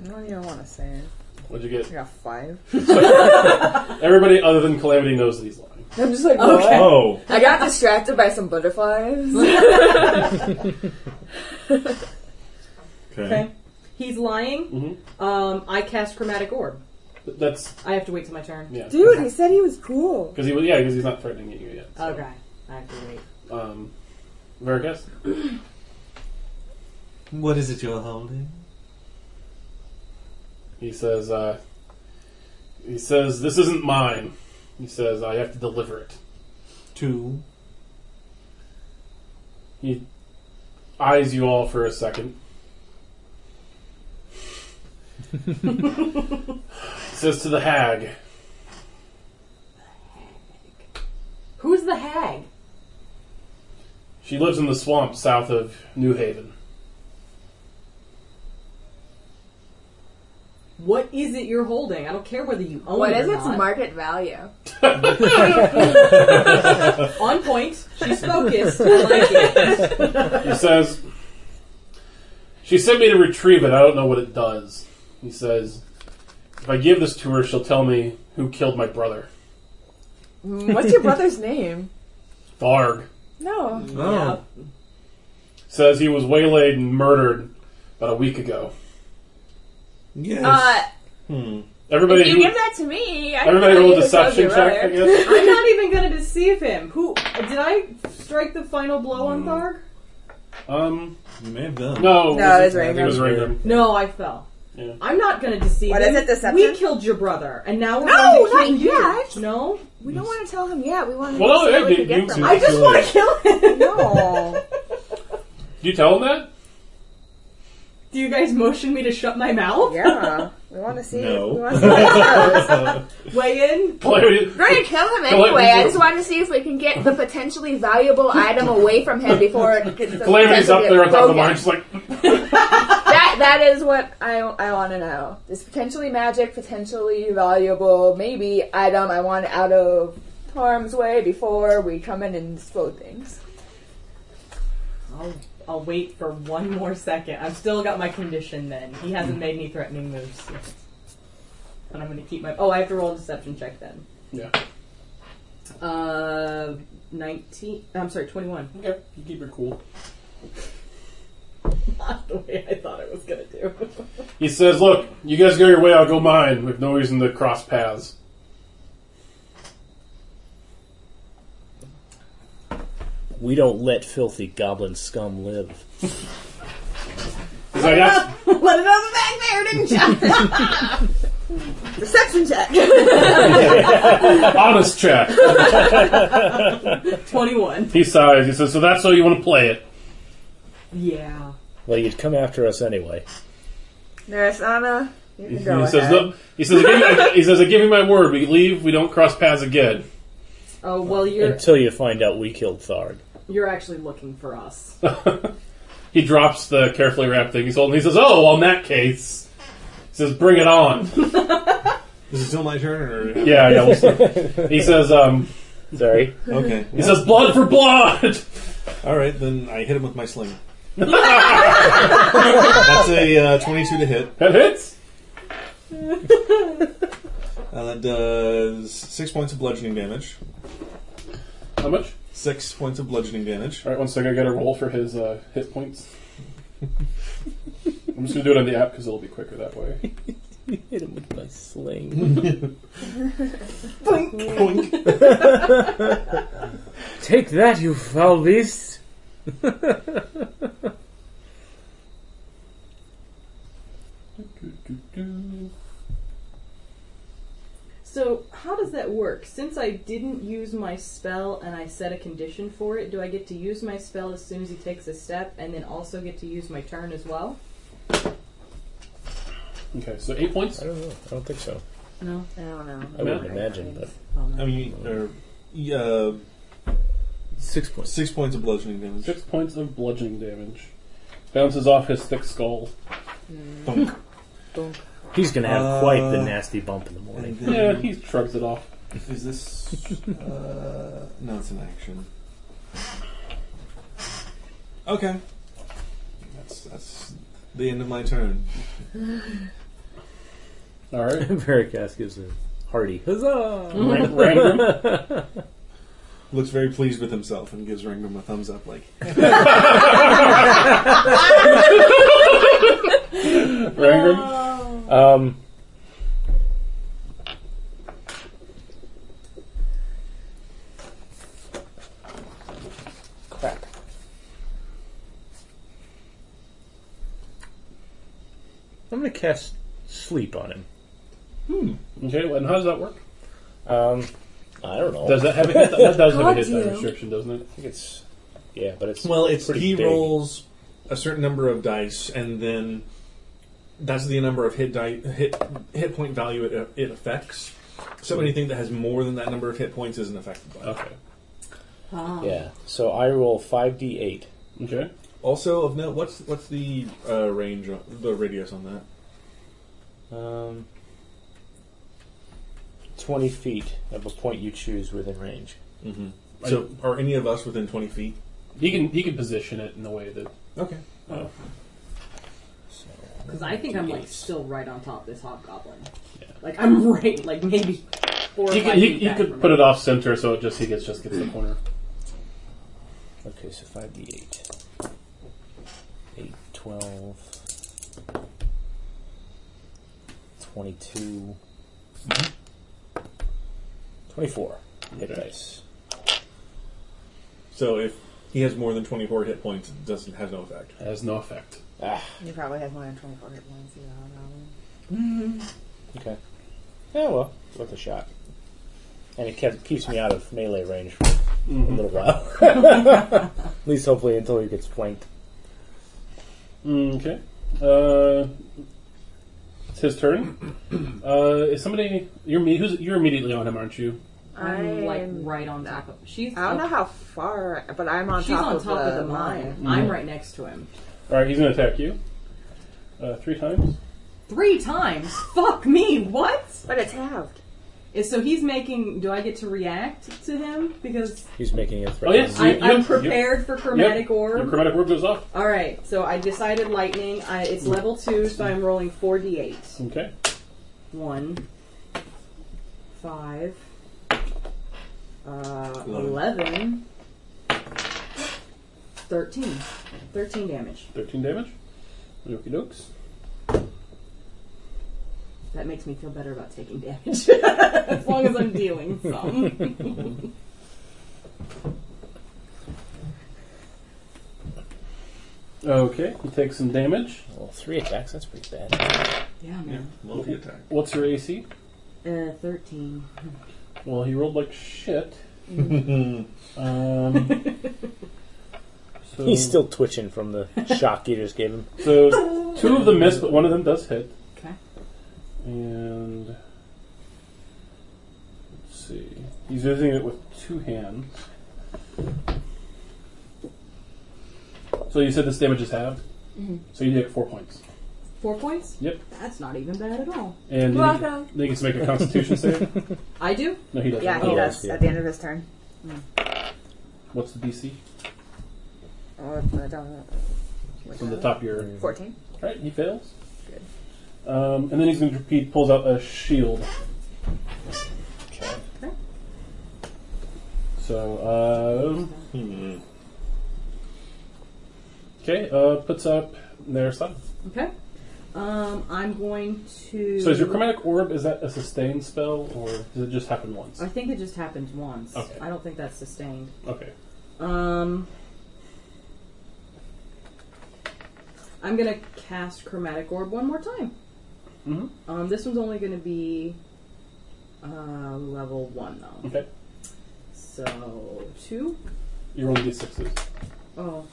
don't even want to say it. What'd you I get? got five. Everybody other than Calamity knows that he's lying. I'm just like, Okay. what? Oh, I got distracted by some butterflies. okay. Okay. He's lying. hmm Um, I cast Chromatic Orb. That's I have to wait till my turn. yeah. Dude, he said he was cool. Because he was yeah, because he's not threatening you yet. so. Okay. I have to wait. Um, Veracast. What is it you're holding? He says. Uh, he says this isn't mine. He says I have to deliver it. Two. He eyes you all for a second. says to the hag. Who's the hag? She lives in the swamp south of New Haven. What is it you're holding? I don't care whether you Oh own What it is or its not. market value? On point. She's focused. I like it. He says, She sent me to retrieve it. I don't know what it does. He says, If I give this to her, she'll tell me who killed my brother. Mm, What's your brother's name? Tharg No. Oh. says he was waylaid and murdered about a week ago. Yes. Uh, Everybody, if you give that to me, I can everybody tell roll you a who killed deception your check, I brother. guess. I'm not even gonna deceive him. Who did I strike the final blow on Tharg? Um, You may have done. no, No, it was I think It was Rainham. No, I fell. Yeah. I'm not gonna deceive What him. is it, deception? We killed your brother, and now we're No, going to kill not you. No, We don't want to tell him yet. We want to Well, no, see what yeah, we can you- you get from two- him. I just want to kill him. No. Do you tell him that? Do you guys motion me to shut my mouth? yeah. We want to see. No. We want to see how it goes. Weigh in. Calamity- We're gonna kill him Calamity- anyway. I just wanted to see if we can get the potentially valuable item away from him before it gets Calamity's up there on top of the mine. broken. She's like, That that is what I I want to know. This potentially magic, potentially valuable, maybe item I want out of harm's way before we come in and explode things. I'll, I'll wait for one more second. I've still got my condition. Then he hasn't made any threatening moves. yet. And I'm gonna keep my. Oh, I have to roll a deception check then. Yeah. Uh, nineteen. I'm sorry, twenty-one. Okay, you keep your cool. Not the way I thought I was gonna do. He says, "Look, you guys go your way. I'll go mine. We've no reason to cross paths." We don't let filthy goblin scum live. He's like, "That's Let it out back there, didn't you? Perception check. honest check." Twenty-one. He sighs. He says, "So that's how you want to play it?" Yeah. Well, you'd come after us anyway. Narasana, you He, can go says, ahead. "Look," he says, I give you, "He says, I give you my word. We leave. We don't cross paths again." Oh well, you're Until you find out we killed Tharg. you're actually looking for us. He drops the carefully wrapped thing he's holding. He says, "Oh, well, in that case," he says, "Bring it on." Is it still my turn? Or... yeah, yeah. We'll see. He says, um, Sorry. Okay. "He says, blood for blood." All right, then I hit him with my sling. That's a uh, 22 to hit. That hits. Uh, that does six points of bludgeoning damage. How much? Six points of bludgeoning damage. All right, one second. I got to roll for his uh, hit points. I'm just gonna do it on the app because it'll be quicker that way. Hit him with my sling. Boink. Take that, you foul beast! So how does that work? Since I didn't use my spell and I set a condition for it, do I get to use my spell as soon as he takes a step, and then also get to use my turn as well? Okay, so eight points. I don't know. I don't think so. No. I don't know. I wouldn't imagine, but Oh, no. I mean, or, yeah, uh, six points. six points of bludgeoning damage. Six points of bludgeoning damage. Bounces off his thick skull. Thunk. He's gonna have quite the Uh, nasty bump in the morning. And Yeah, then, he shrugs it off. is this? Uh, no, it's an action. Okay. That's that's the end of my turn. All right. Veracast gives a hearty huzzah. Ran- Random. Looks very pleased with himself and gives Rangram a thumbs up, like, Rangram. Um, crap. I'm going to cast sleep on him. Okay, well, and how does that work? Um, I don't know. Does that have a hit? That does have a God, hit die you. restriction, doesn't it? I think it's yeah, but it's Well, it's pretty he big. rolls a certain number of dice, and then that's the number of hit die, hit hit point value it, it affects. So anything that has more than that number of hit points isn't affected by it. Okay. Oh. Yeah, so I roll five d eight. Okay. Also of note, what's what's the uh, range, on, the radius on that? Um, twenty feet of a point you choose within range. Mm-hmm. So are any of us within twenty feet? He can he can position it in the way that Okay. So Because I think I'm like 58. still right on top of this hobgoblin. Yeah. Like I'm right, like maybe four or he five could, he, feet he back could from put it off center so it just he gets just gets the corner. Okay, so five d eight. Eight, twelve. Twenty-two. Twenty-four. Hit Okay. dice. So if he has more than twenty four hit points, it doesn't has no effect. It has no effect. You probably have more than 24 hit points. you know, probably. Mm-hmm. Okay. Yeah, well, it's worth a shot. And it kept, keeps me out of melee range for Mm-hmm. a little while. At least, hopefully, until he gets flanked. Okay. Uh, it's his turn. Uh, is somebody you're me- who's, you're immediately on him, aren't you? I'm like I'm- right on top of. She's I don't know how far, but I'm on she's top on of top the, of the mine. I'm right next to him. All right, he's going to attack you uh, three times. Three times. Fuck me. What? But it's halved. Is- So he's making. Do I get to react to him because He's making a threat. Oh yes, I, you- I'm you- prepared for chromatic orb? Your chromatic orb goes off. All right. So I decided lightning. I, it's Mm. level two, so I'm rolling four d8. Okay. One, five, uh, eleven, Eleven. thirteen. Thirteen damage. Thirteen damage. Okie dokes. That makes me feel better about taking damage. as long as I'm dealing some. Okay, he takes some damage. Well, three attacks, that's pretty bad. Yeah, man. Multi attack. What's your AC? Uh, 13. Well, he rolled like shit. Mm-hmm. Um, so, He's still twitching from the shock you just gave him. so two of them miss, but one of them does hit. Okay. And let's see. He's using it with two hands. So you said this damage is halved. So you take four points, Four points? Yep. That's not even bad at all. and then he, then Welcome. he gets to make a Constitution save. I do? No, he doesn't. Yeah, he Oh, I does see. at the end of his turn. What's the DC Oh, I don't know. Which from the one? top of your? 14. All right, he fails. Good. Um, and then he's going to he pulls out a shield. Okay. So, um, Hmm. okay, uh, puts up their son. Okay. Um, I'm going to. So is your chromatic orb is that a sustained spell or does it just happen once? I think it just happened once. Okay. I don't think that's sustained. Okay. Um, I'm gonna cast Chromatic Orb one more time. Mhm. Um, this one's only gonna be uh, level one though. Okay. So two. You're only d sixes. Oh,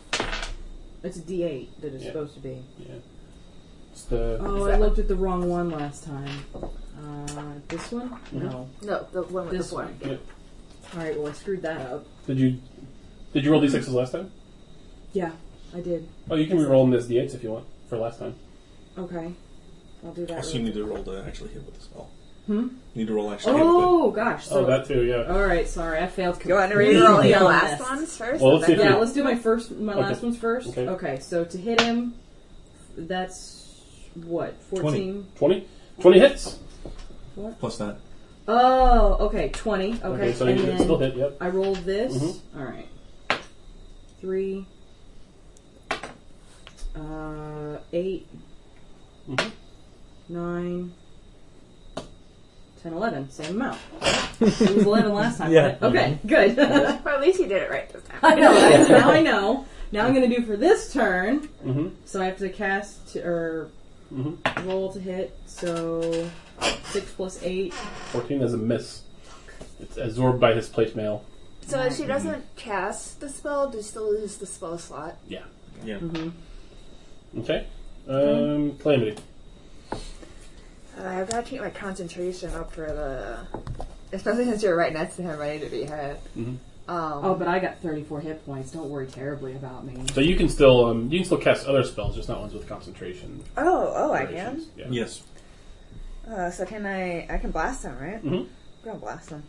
it's a D8 that it's Yeah. supposed to be. Yeah. It's the Oh, I looked at the wrong one last time. Uh, this one? Mm-hmm. No. No, the one with This the 4. one. yeah. All right. Well, I screwed that up. Did you did you roll d sixes last time? Yeah, I did. Oh, you can be rolling this d8s if you want for last time. Okay. I'll do that. Also, you real- need to roll to actually hit with the spell. Hmm? You need to roll actually hit with it. Oh gosh. So oh, that too. Yeah. All right, sorry, I failed. You want to completely reroll on your this. last ones first? Well, let's see if Yeah, you- let's do my first, my Okay. last ones first. Okay. so to hit him, that's what fourteen. Twenty. Twenty hits. What? Plus that. Oh, okay, 20. Okay, Okay, so and you then should still hit. Yep. I rolled this. Mhm. All right. Three. Uh, eight. Mhm. Nine. Ten, eleven. Same amount. it was 11 last time. Yeah. right? Mm-hmm. Okay, good. Well, at least you did it right this time. I know that. Now I know. Now I'm going to do for this turn. hmm So I have to cast to, or Mhm. roll to hit. So six plus eight. Fourteen is a miss. It's absorbed by his plate mail. So if she doesn't cast the spell, do you still lose the spell slot? Mm-hmm. Okay. Um, calamity. Uh, I've got to keep my concentration up for the. Especially since you're right next to him, ready to be hit. Mhm. Um, Oh, but I got 34 hit points. Don't worry terribly about me. So you can still um, you can still cast other spells, just not ones with concentration. Oh, oh, I can. Yeah. Yes. Uh, so can I? I can blast him, right? Mhm. I'm gonna blast him.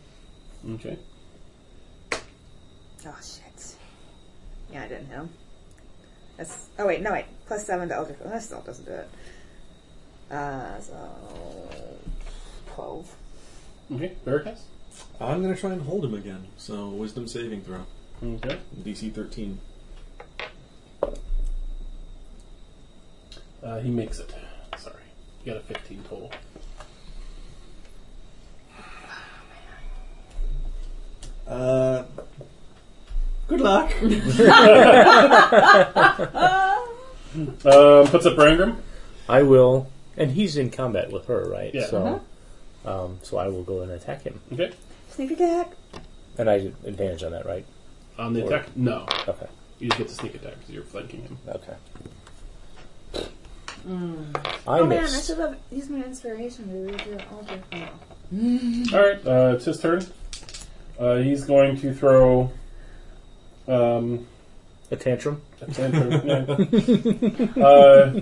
Okay. Oh shit. Yeah, I didn't hit him. That's. Oh wait, no wait. Plus seven to Eldritch. That still doesn't do it. Uh, so twelve. Okay. Veracast. I'm going to try and hold him again. So, wisdom saving throw. Okay. DC 13. Uh, he makes it. Sorry. You got a 15 total. Uh, good luck. Um, puts up Brangram. I will, and he's in combat with her, right? Yeah. So, Uh-huh. um, so I will go and attack him, Okay. Sneak attack. and I get advantage on that, right? On the Or- attack? No. Okay. You just get to sneak attack because you're flanking him. Okay. oh I Oh, man, I missed. should have used my inspiration to redo all the. Oh, Alright, uh, it's his turn. Uh, he's going to throw um, a tantrum. a tantrum. yeah. uh,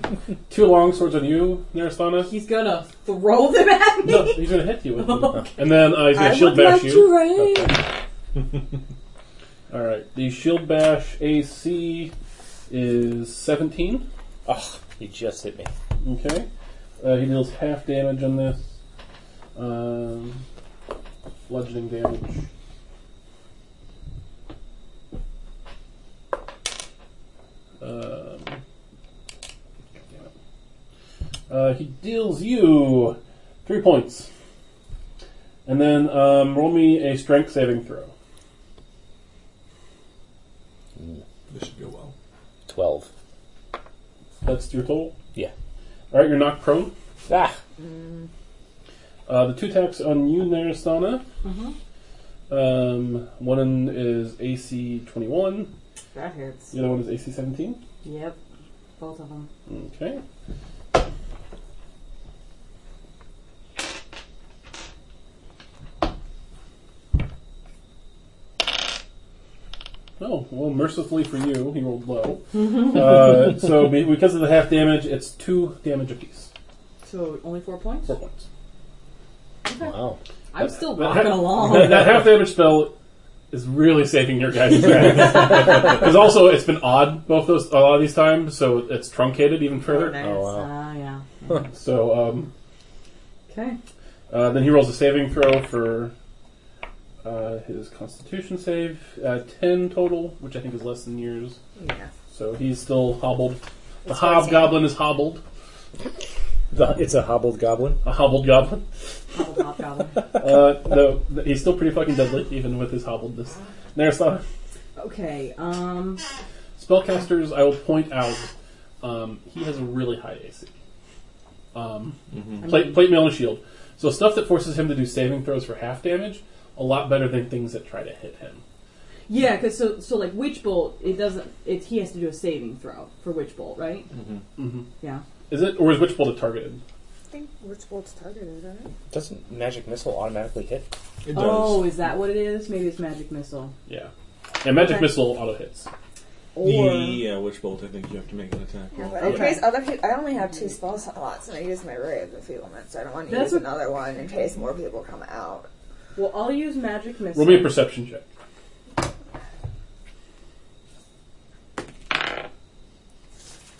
two long swords on you, Narasthana. He's gonna throw them at me. No, he's going to hit you with them. And then uh, he's going I to shield would bash like you. to rain. Alright, the shield bash AC is 17. Oh, he just hit me. Okay. Uh, he deals half damage on this. Um, bludgeoning damage. Um, damn it. Uh, he deals you three points. And then um, roll me a strength saving throw. This should go well. Twelve. That's your total? Yeah. Alright, you're knocked prone. Ah, Uh, the two attacks on you, Narasana. Mhm. Um, one is AC 21, That hits. the other one is AC 17. Yep. Both of them. Okay. Oh, well, mercifully for you, he rolled low. uh, so, be- because of the half damage, it's two damage apiece. So only four points. Four points. wow. I'm still that- rocking Oh, That- along. that half damage spell is really saving your guys' ass. Because also, it's been odd both those a lot of these times, so it's truncated even further. Oh wow. Ah, yeah. So um, Okay. uh, then he rolls a saving throw for uh, his Constitution save, uh, ten total, which I think is less than yours. Yeah. So he's still hobbled. The It's hobgoblin is hobbled. The- it's a hobbled goblin. A hobbled goblin. Hobble, hop, goblin. Uh, though th- he's still pretty fucking deadly, even with his hobbledness. There's not. Okay, um, Spellcasters, I will point out, um, he has a really high AC. Um, Mm-hmm, plate, plate mail and shield. So stuff that forces him to do saving throws for half damage, a lot better than things that try to hit him. yeah, because so, so like Witch Bolt, it doesn't, it, he has to do a saving throw for Witch Bolt, right? Mm-hmm. Yeah. Is it or is Witch Bolt a targeted? I think which bolt's targeted, isn't it? Doesn't magic missile automatically hit? It does. Oh, is that what it is? Maybe it's Magic Missile. Yeah. Yeah, magic Okay. missile auto hits. Or, yeah, Witch Bolt, I think you have to make an attack Yeah, roll. but Okay. in case other people, I only have two spell slots, and I used my ray of enfeeblement, so I don't want to That's use what- another one in case more people come out. well, I'll use Magic Missile. Roll me a perception check.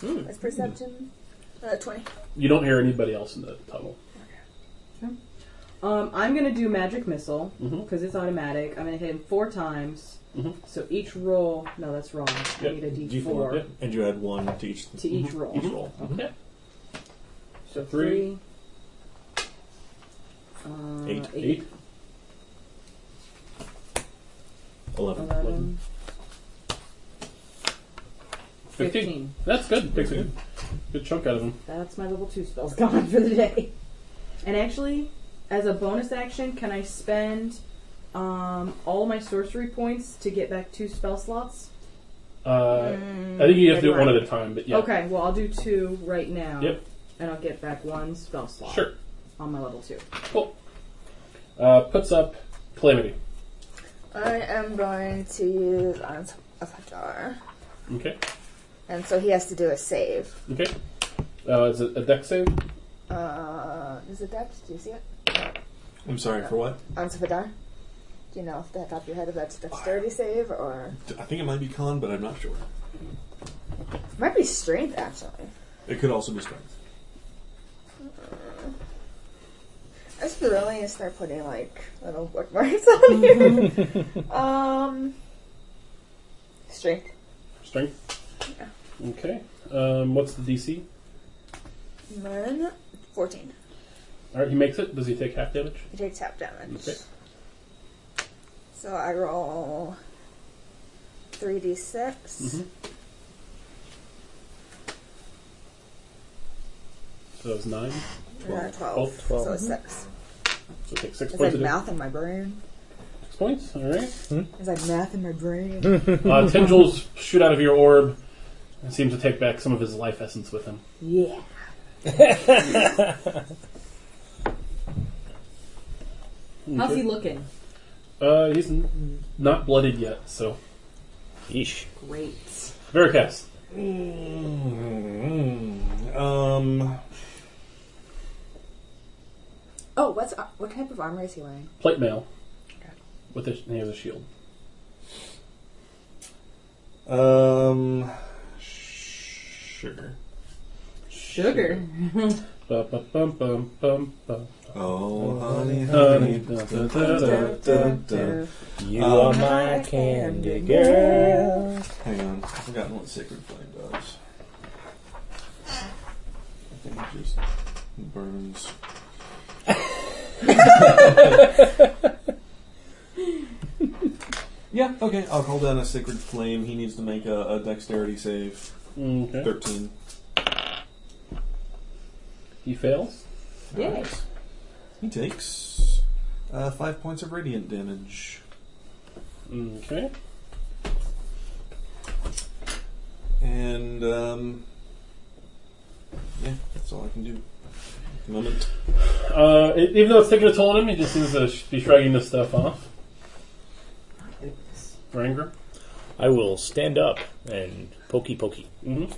That's perception. Uh, Twenty. You don't hear anybody else in the tunnel. Um, I'm gonna do magic missile Mhm. because it's automatic. I'm gonna hit him four times. Mhm. So each roll. No, that's wrong. Yep, I need a D4, D4, yep. And you add one to each to each roll. Mm-hmm. Each roll. Okay. So Three. three. Uh, Eight. Eight. 11. 11, 15. 15. That's good. Takes a good, good chunk out of him. That's my level two spells gone for the day. And actually, as a bonus action, can I spend um, all my sorcery points to get back two spell slots? Uh, I think you have to do it Right. one at a time, but yeah. Mm, Okay, well, I'll do two right now. Yep. And I'll get back one spell slot Sure. on my level two. Uh, puts up Calamity. I am going to use Arms of Hadar. Okay. And so he has to do a save. Okay. Uh, is it a deck save? Uh, is it Dex? Do you see it? I'm sorry, for what? Arms of Hadar? Do you know off the top of your head if that's dexterity save or. D- I think it might be con, but I'm not sure. It might be strength, actually. It could also be strength. I just really need to start putting like little book marks on here. um, strength. Strength? Okay. Um, what's the DC? Mine, 14. Alright, he makes it. Does he take half damage? You take tap damage. Okay. So I roll 3d6. Mhm. So that was nine. Uh, 12. Twelve. Mm-hmm. Twelve. So it's 6. So take six It's points. of like damage. math in my brain. Six points. All right. It's like math in my brain. Uh, tendrils shoot out of your orb and seems to take back some of his life essence with him. yeah. How's he looking? Uh, he's n- not blooded yet, so Yeesh. Great. Veracast. Mm-hmm. Mm, um, Oh, what's ar- what type of armor is he wearing? plate mail. With a, and he has a shield. um, sure. Sugar. Ba, ba, bum, bum, bum, bum. Oh, honey, honey. Honey, Uh, da, da, da, da. Dun, dun. You Oh, Um, are my candy girl. Hang on, I've forgotten what Sacred Flame does. I think it just burns. yeah, okay, I'll call down a Sacred Flame. He needs to make a, a dexterity save. Okay. 13. He fails. Yay. He takes uh, 5 points of radiant damage. Okay. And, um, yeah, that's all I can do. at the Moment. Uh, e- even though it's taking a toll on him, he just seems to sh- be shrugging this stuff off. Ranger. I will stand up and pokey pokey. Mm-hmm.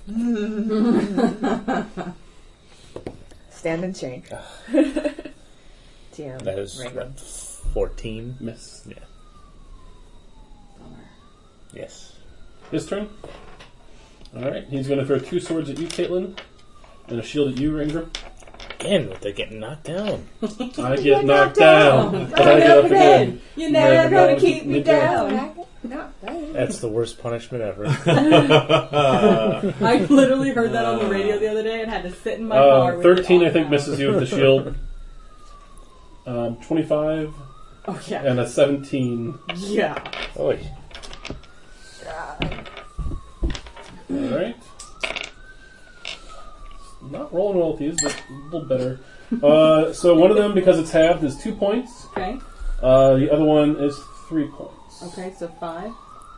Stand and chain. TM. That is Ring. what, 14? Miss. Yes. His turn. All right. He's going to throw two swords at you, Caitlin, and a shield at you, Ranger. Again, they're getting knocked down. I get knocked down, but I get up again. You're Never never gonna gonna keep me keep me Oh, down. Um, down. No, that- That's the worst punishment ever. I literally heard that on the radio the other day and had to sit in my car. Uh, with it Thirteen, on I think, now. misses you with the shield. Um, Twenty-five Oh yeah, and a seventeen. yeah. Oy. All right. Not rolling well with these, but a little better. Uh, so one of them, because it's halved, is two points. Okay, Uh, the other one is three points. okay. So five.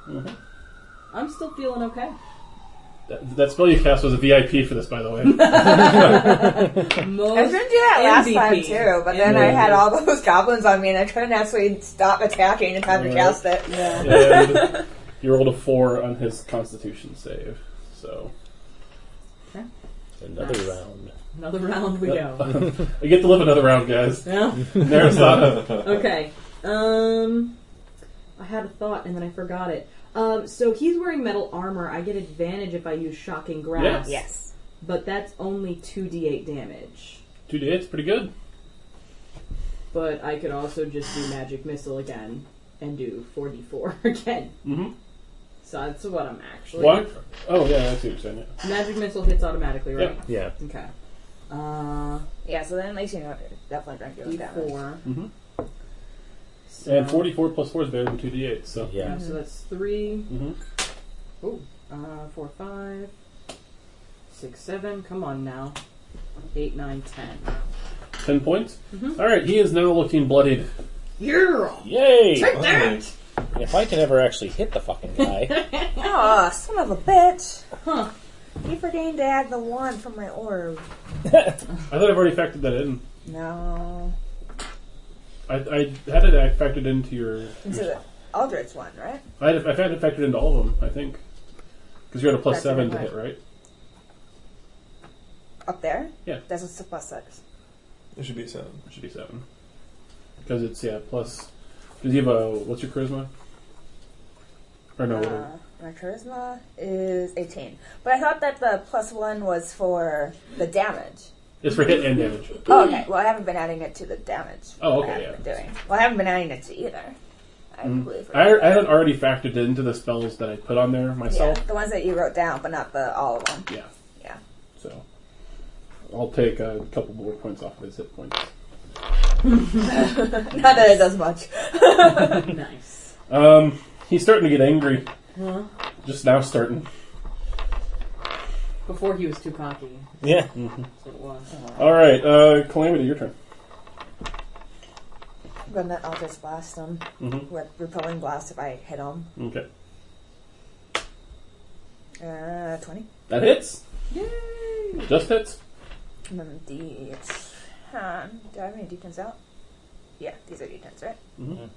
Mhm. I'm still feeling okay. That, that spell you cast was a VIP for this, by the way. I was Most gonna do that last MVP. time too, but then I had all those goblins on me and I couldn't actually stop attacking and time to Right. cast it. yeah. and he rolled a four on his Constitution save. So Another Nice. round. Another round we go. I get to live another round, guys. Yeah. Narasana. Okay. Um, I had a thought and then I forgot it. Um, so he's wearing metal armor. I get advantage if I use shocking grasp. Yes. But that's only two d8 damage. Two d8's pretty good. but I could also just do magic missile again and do 4d4 again. Mm-hmm. So that's what I'm actually. What? Oh, yeah, that's what you're saying. yeah. Magic missile hits automatically, right? Yeah. Okay. Uh, Yeah, so then at least you know definitely don't do that. much. d4. Mhm. So, And 44 plus 4 is better than 2d8, so. Yeah. yeah, so that's three. Mm-hmm. Uh, four, five, six, seven. Come on now. Eight, nine, ten. 10 points? Mhm. All right, he is now looking bloodied. Yeah! Yay! Take that! If I can ever actually hit the fucking guy, Aw, son of a bitch. Huh. You forgetting to add the one from my orb. I thought I've already factored that in. No. I, I had it I factored into your. Into the Aldrich one, right? I had, I've had it factored into all of them, I think. Because you're at a plus Factored 7 in to what? hit, right? Up there? Yeah. That's what's the plus six. It should be a seven. It should be 7. Because it's, yeah, plus. Does he have a. What's your charisma? Or no, whatever. Uh, my charisma is 18. But I thought that the plus one was for the damage. It's for hit and damage. Oh, okay. Well, I haven't been adding it to the damage. Oh, I okay, haven't yeah. Mm-hmm. been doing. Well, I haven't been adding it to either. I believe. I, I had already factored into the spells that I put on there yeah, myself. the ones that you wrote down, but not the all of them. Yeah. Yeah. So I'll take a couple more points off of his hit points. Not that it does much. Nice. Um, he's starting to get angry. Just now starting. Before he was too cocky. yeah. That's what it was. All right, uh, Calamity, your turn. I'm gonna Eldritch Blast them Mhm. with Repelling Blast if I hit them. Okay. Uh, 20. That hits. Yay! Just hits. And then D. Huh, Um, do I have any D10s out? Yeah, these are D10s, right? Mm-hmm. Mhm.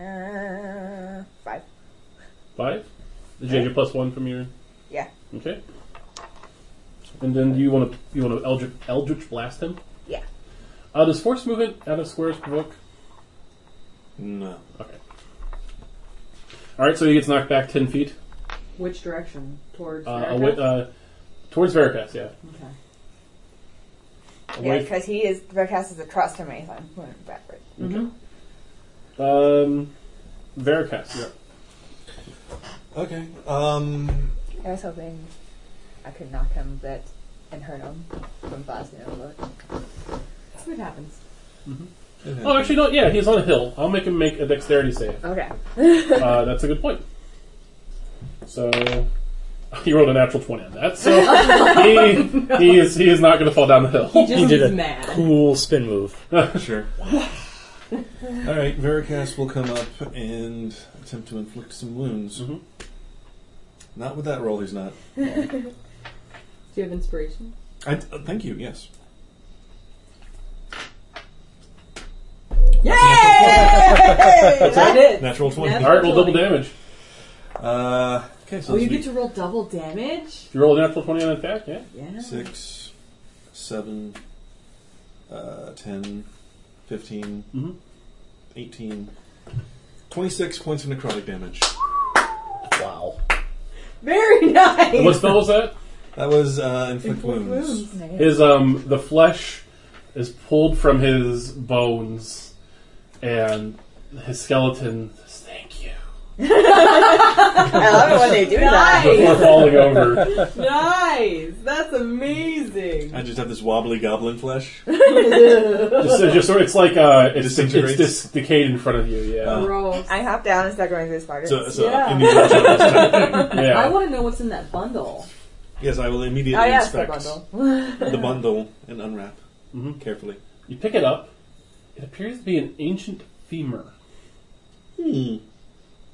Uh, five. Five. Did you have your plus one from your? Yeah. Okay. And then do you want to you want to eldritch, eldritch blast him? Yeah. Uh, does force movement out of squares provoke? No. Okay. All right, so he gets knocked back ten feet. Which direction? Towards. Uh, Veritas? away, uh, towards Veracast, yeah. okay. Yeah, Away. because he is, Vercast is across from me, so I'm going backward. Mm-hmm. Um, Veracast, yeah. Okay. Um. I was hoping I could knock him but and hurt him from blasting him look. See what happens. Oh, actually, no, yeah, he's on a hill. I'll make him make a dexterity save. Okay. Uh, that's a good point. So, he rolled a natural 20 on that, so he, he, is, he is not going to fall down the hill. Mm-hmm. He just did is it. mad. Cool spin move. Sure. All right, Veracast will come up and attempt to inflict some wounds. Mhm. Not with that roll, he's not. Do you have inspiration? I, uh, thank you. Yes. I did. Natural twenty. Nat- Alright, roll double damage. Uh, okay, so Oh, you this get to roll double damage? If you roll a natural 20 on an attack, yeah. Yeah. six, seven, uh, 10, 15, Mhm. 18, 26 points of necrotic damage. Wow. Very And what nice. spell was that? That was uh, inflict wounds. His, um, the flesh is pulled from his bones, and his skeleton says, thank you. I love it when they do that. Before Nice. falling over. nice. That's amazing. I just have this wobbly goblin flesh. Just, it's just sort of, it's like uh, it's, it's, Disintegrates. dis- decayed in front of you. Uh, Yeah, Gross. I hop down and start going through spiders. So, so Yeah. immediately- yeah. I want to know what's in that bundle. yes, I will immediately oh, yeah, it's the inspect bundle. the bundle and unwrap Mhm. carefully. You pick it up. It appears to be an ancient femur. Hmm.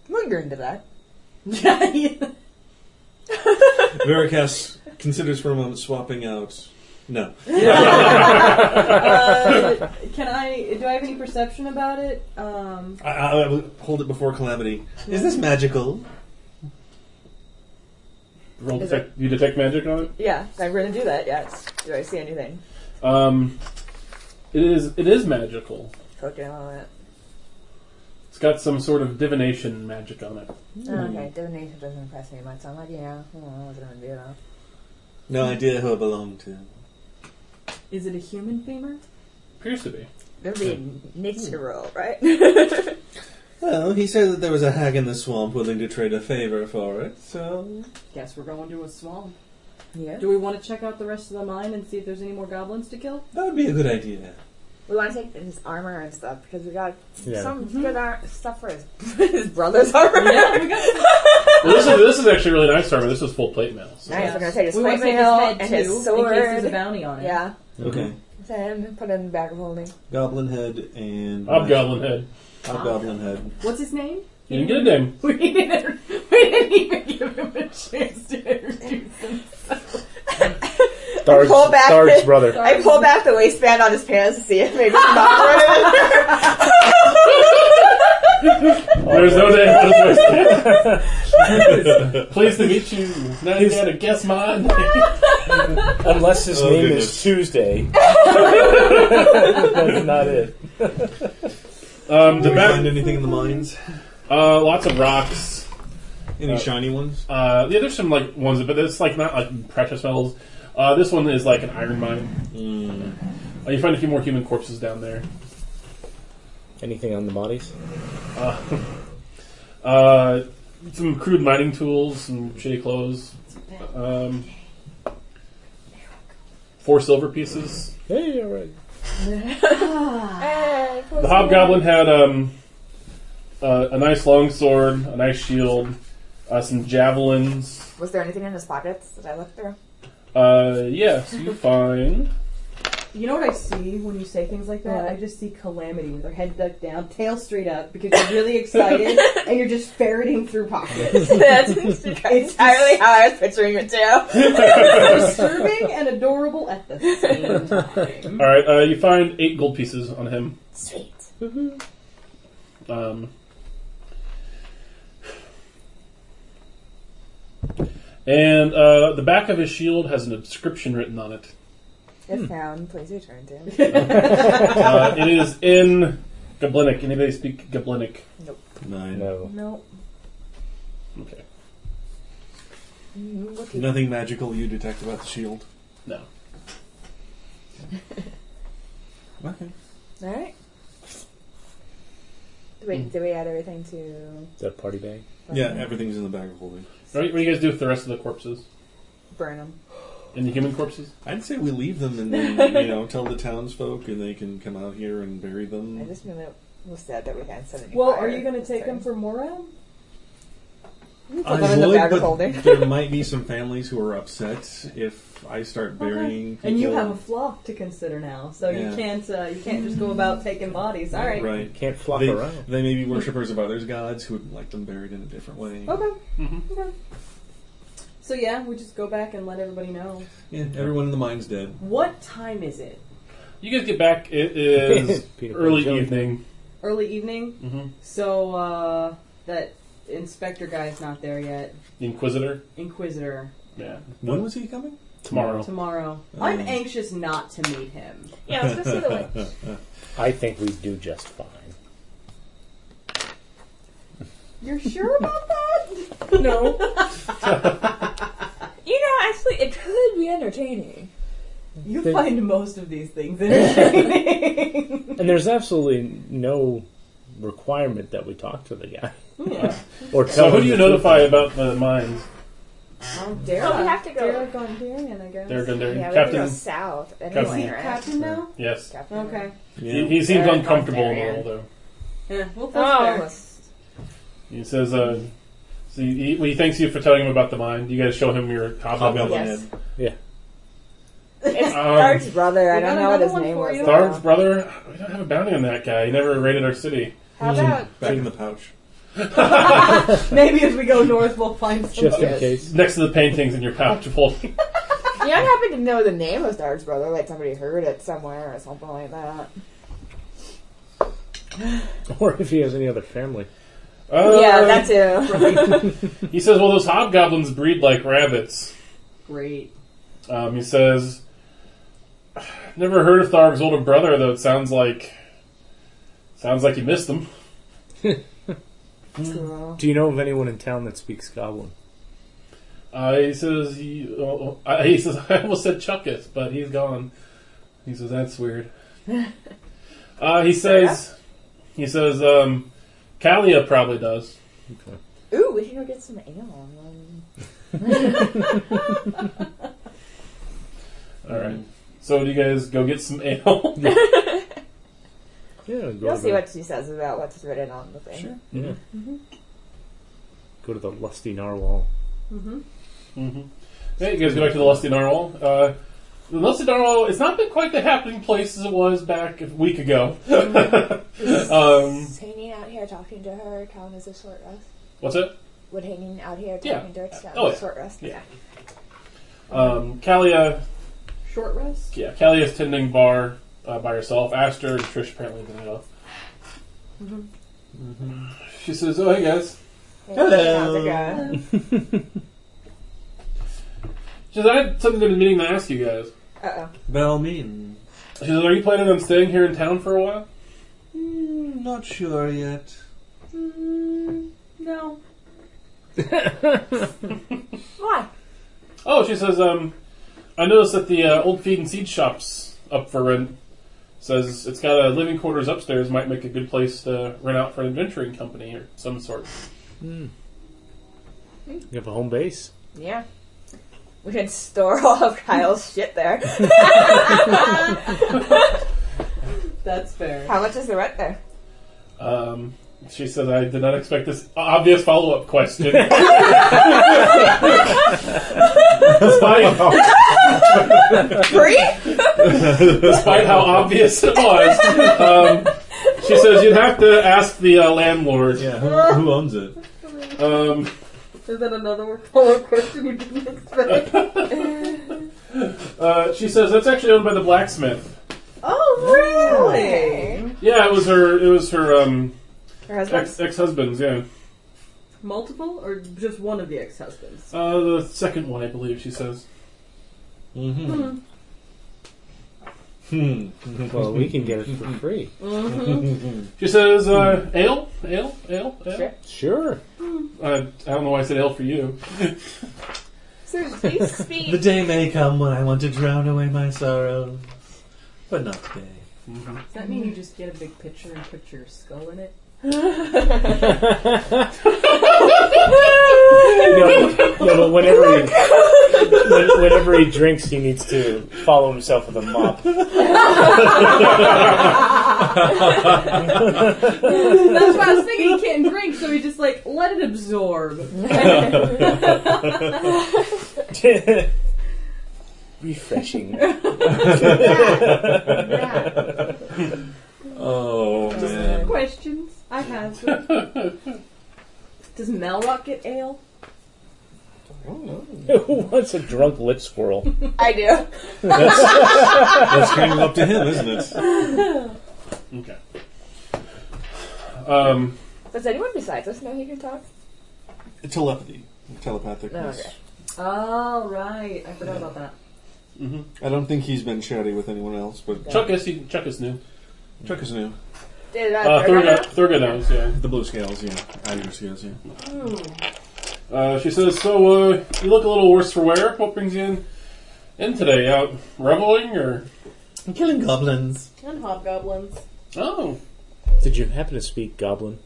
Linger into that. Veracast considers for a moment swapping out. No. Uh, can I? Do I have any perception about it? Um, I, I, I will hold it before Calamity. Is this magical? Roll Is detect, you detect magic on it. Yeah, I'm going to do that, yes. Do I see anything? Um, it is it is magical. Poking all that. It's got some sort of divination magic on it. Oh, okay, divination doesn't impress me much. I'm like, yeah, I was going to do that. No idea who I belong to. is it a human femur? Appears to be. That'd be natural, right? Well, he said that there was a hag in the swamp willing to trade a favor for it, so. Guess we're going to a swamp. yeah. Do we want to check out the rest of the mine and see if there's any more goblins to kill? That would be a good idea. We want to take his armor and stuff because we got Yeah. some good ar- stuff for his, his brother's armor. yeah, we got Well, this is this is actually really nice armor. This is full plate mail. So. Nice. We're gonna take his we want plate to take his mail head and too, in his case there's a sword. bounty on it. Yeah. Okay. Then put it in the bag of holding. Goblin head and. I'm Goblin Head. Hobgoblin head. What's his name? You didn't get a name. We didn't, we didn't even give him a chance to introduce himself. Darg's, Pull back. Darg's brother. I pull back the waistband on his pants to see if maybe it's not running. There's no name on his waistband. Pleased to meet you. Now you gotta guess mine. Unless his Oh, name goodness. is Tuesday. That's not it. Um, the Did we find back, anything in the mines? uh, lots of rocks. Any Uh, shiny ones? Uh, yeah, there's some like ones, but it's like not like precious metals. Uh, this one is like an iron mine. Mm. Uh, you find a few more human corpses down there. Anything on the bodies? Uh, uh, some crude mining tools, some shitty clothes. Um, four silver pieces. Hey, all right. Hey, The hobgoblin had um, uh, a nice long sword, a nice shield, uh, some javelins. Was there anything in his pockets that I looked through? Uh, yes, you find. You know what I see when you say things like that? What? I just see calamity with her head ducked down, tail straight up, because you're really excited and you're just ferreting through pockets. That's entirely how I was picturing it too. Disturbing and adorable at the same time. All right, uh, you find eight gold pieces on him. Sweet. Um, and uh, the back of his shield has an inscription written on it. If found, please return to. Uh, it is in Goblinic. Anybody speak Goblinic? Nine. No. no. Okay. Mm, Nothing magical you detect about the shield. No. Okay. All right. Do Hmm. we, do we add everything to Is that a party bag? Yeah, everything's in the bag of holding. All right, what do you guys do with the rest of the corpses? burn them? And the human corpses? I'd say we leave them and then, you know, tell the townsfolk and they can come out here and bury I them. just really was sad that we hadn't said anything. Well, are you going to take him for Moran? We I put them in the would, bag but of holding. there might be some families who are upset if I start burying people. And you have a flock to consider now, so Yeah. you can't uh, you can't just go about taking bodies. All right. Right. Can't flop they, around. they may be worshippers of other gods who would like them buried in a different way. Okay. Mhm. Okay. So yeah, we just go back and let everybody know. Yeah, everyone in the mine's dead. What time is it? You guys get back. It is Peter early Pan, Joey. evening. Early evening. Mhm. So uh, that inspector guy's not there yet. The Inquisitor. Inquisitor Yeah. When was he coming? Tomorrow. tomorrow. I'm Um. anxious not to meet him. Yeah, let's just do like. I think we do just fine. You're sure about that? No. you know, actually, it could be entertaining. You They- find most of these things interesting. And there's absolutely no requirement that we talk to the guy yeah. or tell So who him do you the truth. notify about the mines? Oh, Derek. Oh, we have to go. Derek on Darien, I guess. They're Gundarian. Yeah, we have to go Captain. south Captain- Is he anyway, right? captain now? Yes. Captain. Okay. He, he seems They're uncomfortable in the Gundarian. role, though. Yeah, well, that's Oh, fair. almost. He says, uh, so he, he thanks you for telling him about the mine. You guys show him your hobgoblin. Hobgoblin Yes. head. It's Um, Dark's brother. I we don't got know what another his one name for was. you. Tharg's brother? We don't have a bounty on that guy. He never raided our city. How about Back in the pouch. Maybe as we go north, we'll find some. Just in Yes. case. Next to the paintings in your pouch of holding. you don't happen to know the name of Dark's brother? Like somebody heard it somewhere or something like that. Or if he has any other family. Uh, yeah, that too. He says, well, those hobgoblins breed like rabbits. Great. Um, he says, never heard of Tharg's older brother, though it sounds like. Sounds like you missed them. Cool. Do you know of anyone in town that speaks Goblin? Uh, he uh, says, he, oh, oh, I- he says, I almost said Chuckus, but he's gone. He says, that's weird. Uh, he says, he says, um, Kalia probably does. Ooh, we should go get some ale. um, All Mm. right. So do you guys go get some ale? Yeah, go, You'll to see the, what Mm-hmm. she says about what's written on the thing. Sure. go to the lusty narwhal. Mm-hmm. Hey, you guys go back to the Lusty Narwhal. Uh, the Lusty Narwhal, it's not been quite the happening place as it was back a week ago. um, Is hanging out here talking to her count as a short rest? what's it? Would hanging out here Yeah. talking to her count Oh, as yeah. a short rest? Yeah. Um, Kalia, Short rest? yeah, Kalia's tending bar uh, by herself. Aster and Trish apparently the night off. She says, "Oh, hey guys." How's it going? She says, "I had something that I've been meaning to ask you guys." Uh-oh. Belmin. She says, "Are you planning on staying here in town for a while?" Mm, not sure yet. No. Why? Oh, she says, um, I noticed that the uh, old feed and seed shop's up for rent. Says it's got a living quarters upstairs, might make a good place to rent out for an adventuring company or some sort. You have a home base. Yeah. We could store all of Kyle's shit there. That's fair. How much is the rent there? Um, she says, I did not expect this obvious follow up question. That's fine. Free? despite how obvious it was. Um, she says you'd have to ask the uh, landlord. Yeah, who, who owns it? Um, Is that another follow-up question we didn't expect? uh, she says that's actually owned by the blacksmith. oh, Yeah, it was her. It was her um, Her husband's ex ex husband's. Yeah, Multiple or just one of the ex-husbands? uh, the second one, I believe. She says. Mm-hmm. Hmm. Well, we can get it for free. She says uh, ale, ale, ale, ale. Sure. Sure. Uh, I don't know why I said ale for you. So you The speak. day may come when I want to drown away my sorrows, but not today. Does that mean you just get a big picture and put your skull in it? No, no but whenever he, when, whenever he drinks, he needs to follow himself with a mop. That's what I was thinking. He can't drink, so he just like let it absorb. Refreshing. yeah. Oh man. Questions I have. Does Melrock get ale? Who wants a drunk lip swirl? I do. That's kind of up to him, isn't it? Okay. Um, Does anyone besides us know he can talk? Telepathy, telepathic. Oh, okay. Oh, right. I forgot about that. mhm. I don't think he's been chatty with anyone else, but Chuck is he, Chuck is new. Chuck is new. Did uh, Uh, Thurga- Thurga, Thurga knows. Yeah. The blue scales, yeah. I do scales, yeah. Hmm. Uh, she says, "So uh, you look a little worse for wear. What brings you in, in today? Out reveling or I'm killing goblins. And hobgoblins. oh?" Did you happen to speak goblin?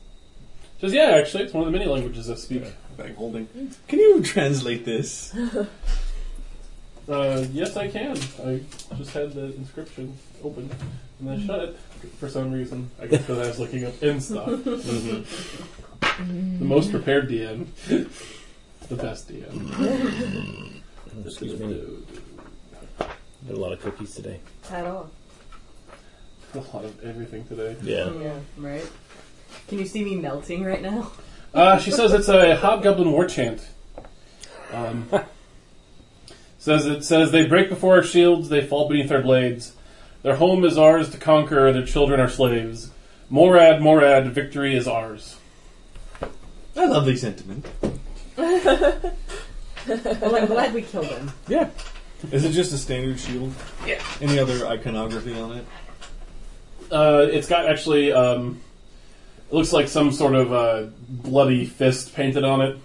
She Says, "Yeah, actually, it's one of the many languages I speak." Bag holding. Mm. Can you translate this? Uh, yes, I can. I just had the inscription open and I shut it for some reason. I guess because I was looking up in stuff. Mm-hmm. The most prepared DM, the best DM. Excuse me. Had a lot of cookies today. At all. A lot of everything today. Yeah. Yeah, right. Can you see me melting right now? Uh, she says it's a hobgoblin war chant. Um, says it says they break before our shields, they fall beneath our blades. Their home is ours to conquer, their children are slaves. Morad, Morad, victory is ours. A lovely sentiment. well, I'm glad we killed him. Is it just a standard shield? Yeah. Any other iconography on it? Uh, it's got actually um, it looks like some sort of uh, bloody fist painted on it.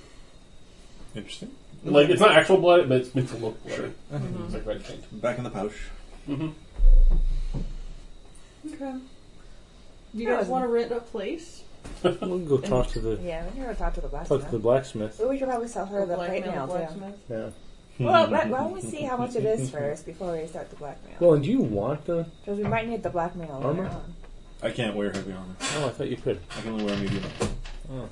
Interesting. Like it's not actual blood, but it's meant to look bloody. Sure. It's like red paint. Back in the pouch. Mhm. Okay. Do you guys want to rent a place? We'll go talk to the Yeah, we never talked to the talk to the blacksmith. blacksmith. But we should probably sell her A the plate blackmail mail too. blacksmith? Yeah. Well, let, why don't we see how much it is first before we start the blackmail? Well, and do you want the? Because we might need the blackmail later Armor? on. I can't wear heavy armor. Oh, I thought you could. I can only wear medium. Oh.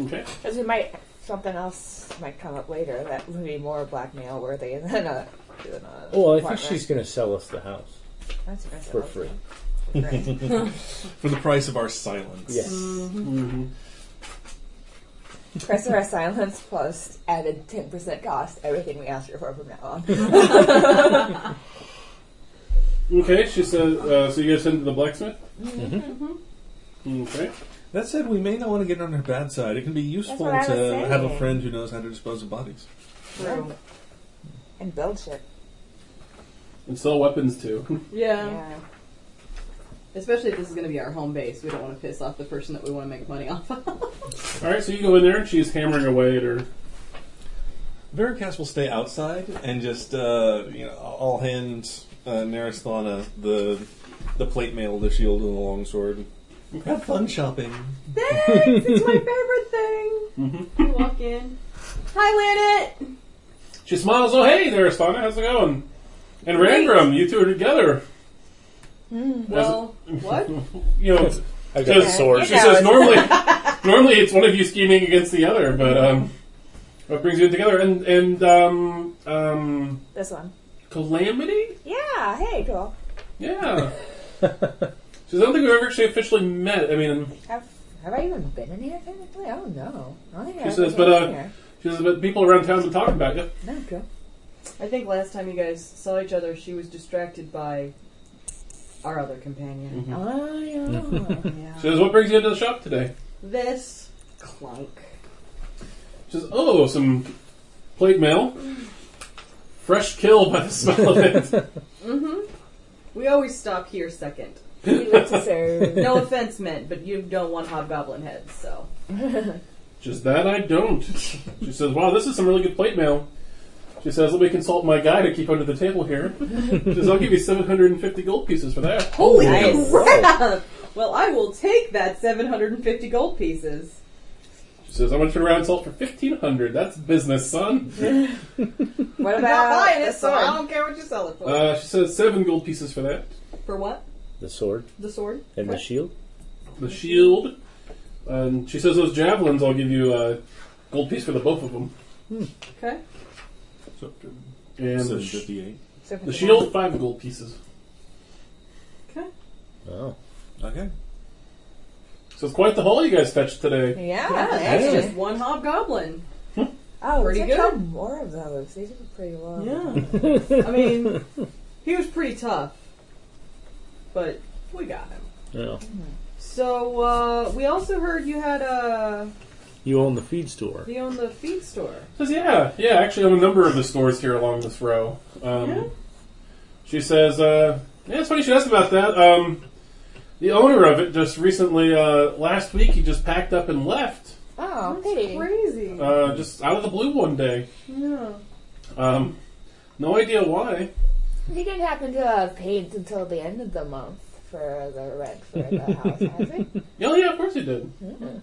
Okay. Because we might something else might come up later that would be more blackmail worthy than a. Than a Well, Oh, I think apartment. she's going to sell us the house That's what I said. for free. Right. For the price of our silence. Yes. Mm-hmm. Price of our silence plus added ten percent cost. Everything we ask her for from now on. Okay, she says, uh, so you guys send to the blacksmith? Mm-hmm. Okay. That said, we may not want to get on her bad side. It can be useful what I to was saying. have a friend who knows how to dispose of bodies. True. and build shit. And sell weapons too. Yeah. Yeah. Especially if this is going to be our home base, we don't want to piss off the person that we want to make money off of. Alright, so you go in there and she's hammering away at her. Veracast will stay outside and just, uh, you know, I'll hand uh, Naristhana the the plate mail, the shield, and the longsword. Have fun shopping. Thanks! It's my favorite thing! Mm-hmm. You walk in. Hi, Lanet! She smiles, oh hey there, Stana, how's it going? And Randrum, you two are together. Well, what? You know, I got Just- a sword. she says normally, normally it's one of you scheming against the other, but um, what brings you together? And and um, um, This one. calamity? Yeah. Hey, cool. Yeah. She says, I don't think we've ever actually officially met. I mean, Have Have I even been in here technically? I don't know. I don't think She I've says, been but, in uh, here. she says, but people around town have been talking about you. No, cool. I think last time you guys saw each other, she was distracted by our other companion. Mm. Oh yeah. Mm-hmm. She says, what brings you into the shop today? This clunk. She says, oh, some plate mail. Fresh kill by the smell of it. Mm-hmm. We always stop here second. we live uh, to serve. No offense meant, but you don't want hobgoblin heads, so. Just that I don't. She says, Wow, this is some really good plate mail. She says, Let me consult my guy to keep under the table here. She says, I'll give you 750 gold pieces for that. Holy Nice. crap! Well, I will take that 750 gold pieces. She says, I'm going to turn around and sell it for 1500 That's business, son. What I'm not about buying it, this so I one? don't care what you sell it for. Uh, she says, Seven gold pieces for that. for what? The sword The sword? and the shield. The shield. And she says, Those javelins, I'll give you a gold piece for the both of them. Okay. So, And the, sh- 758. So the shield, five gold pieces. Okay. Oh, Okay. So it's quite the haul you guys fetched today. Yeah. Yeah, that's actually. just one hobgoblin. Oh, Pretty we should have good. more of those. These are pretty low. Yeah. I mean, he was pretty tough, but we got him. yeah. So uh, we also heard you had a You own the feed store. you own the feed store. Says, yeah, yeah, actually, on a number of the stores here along this row. Um, Yeah. She says, uh, yeah, it's funny she asked about that. Um, the owner of it just recently, uh, last week, he just packed up and left, Oh, That's crazy. uh, just out of the blue one day. yeah. Um, no idea why. He didn't happen to have paid until the end of the month for the rent for the house, has he? Yeah, yeah, of course he did. Mm-hmm.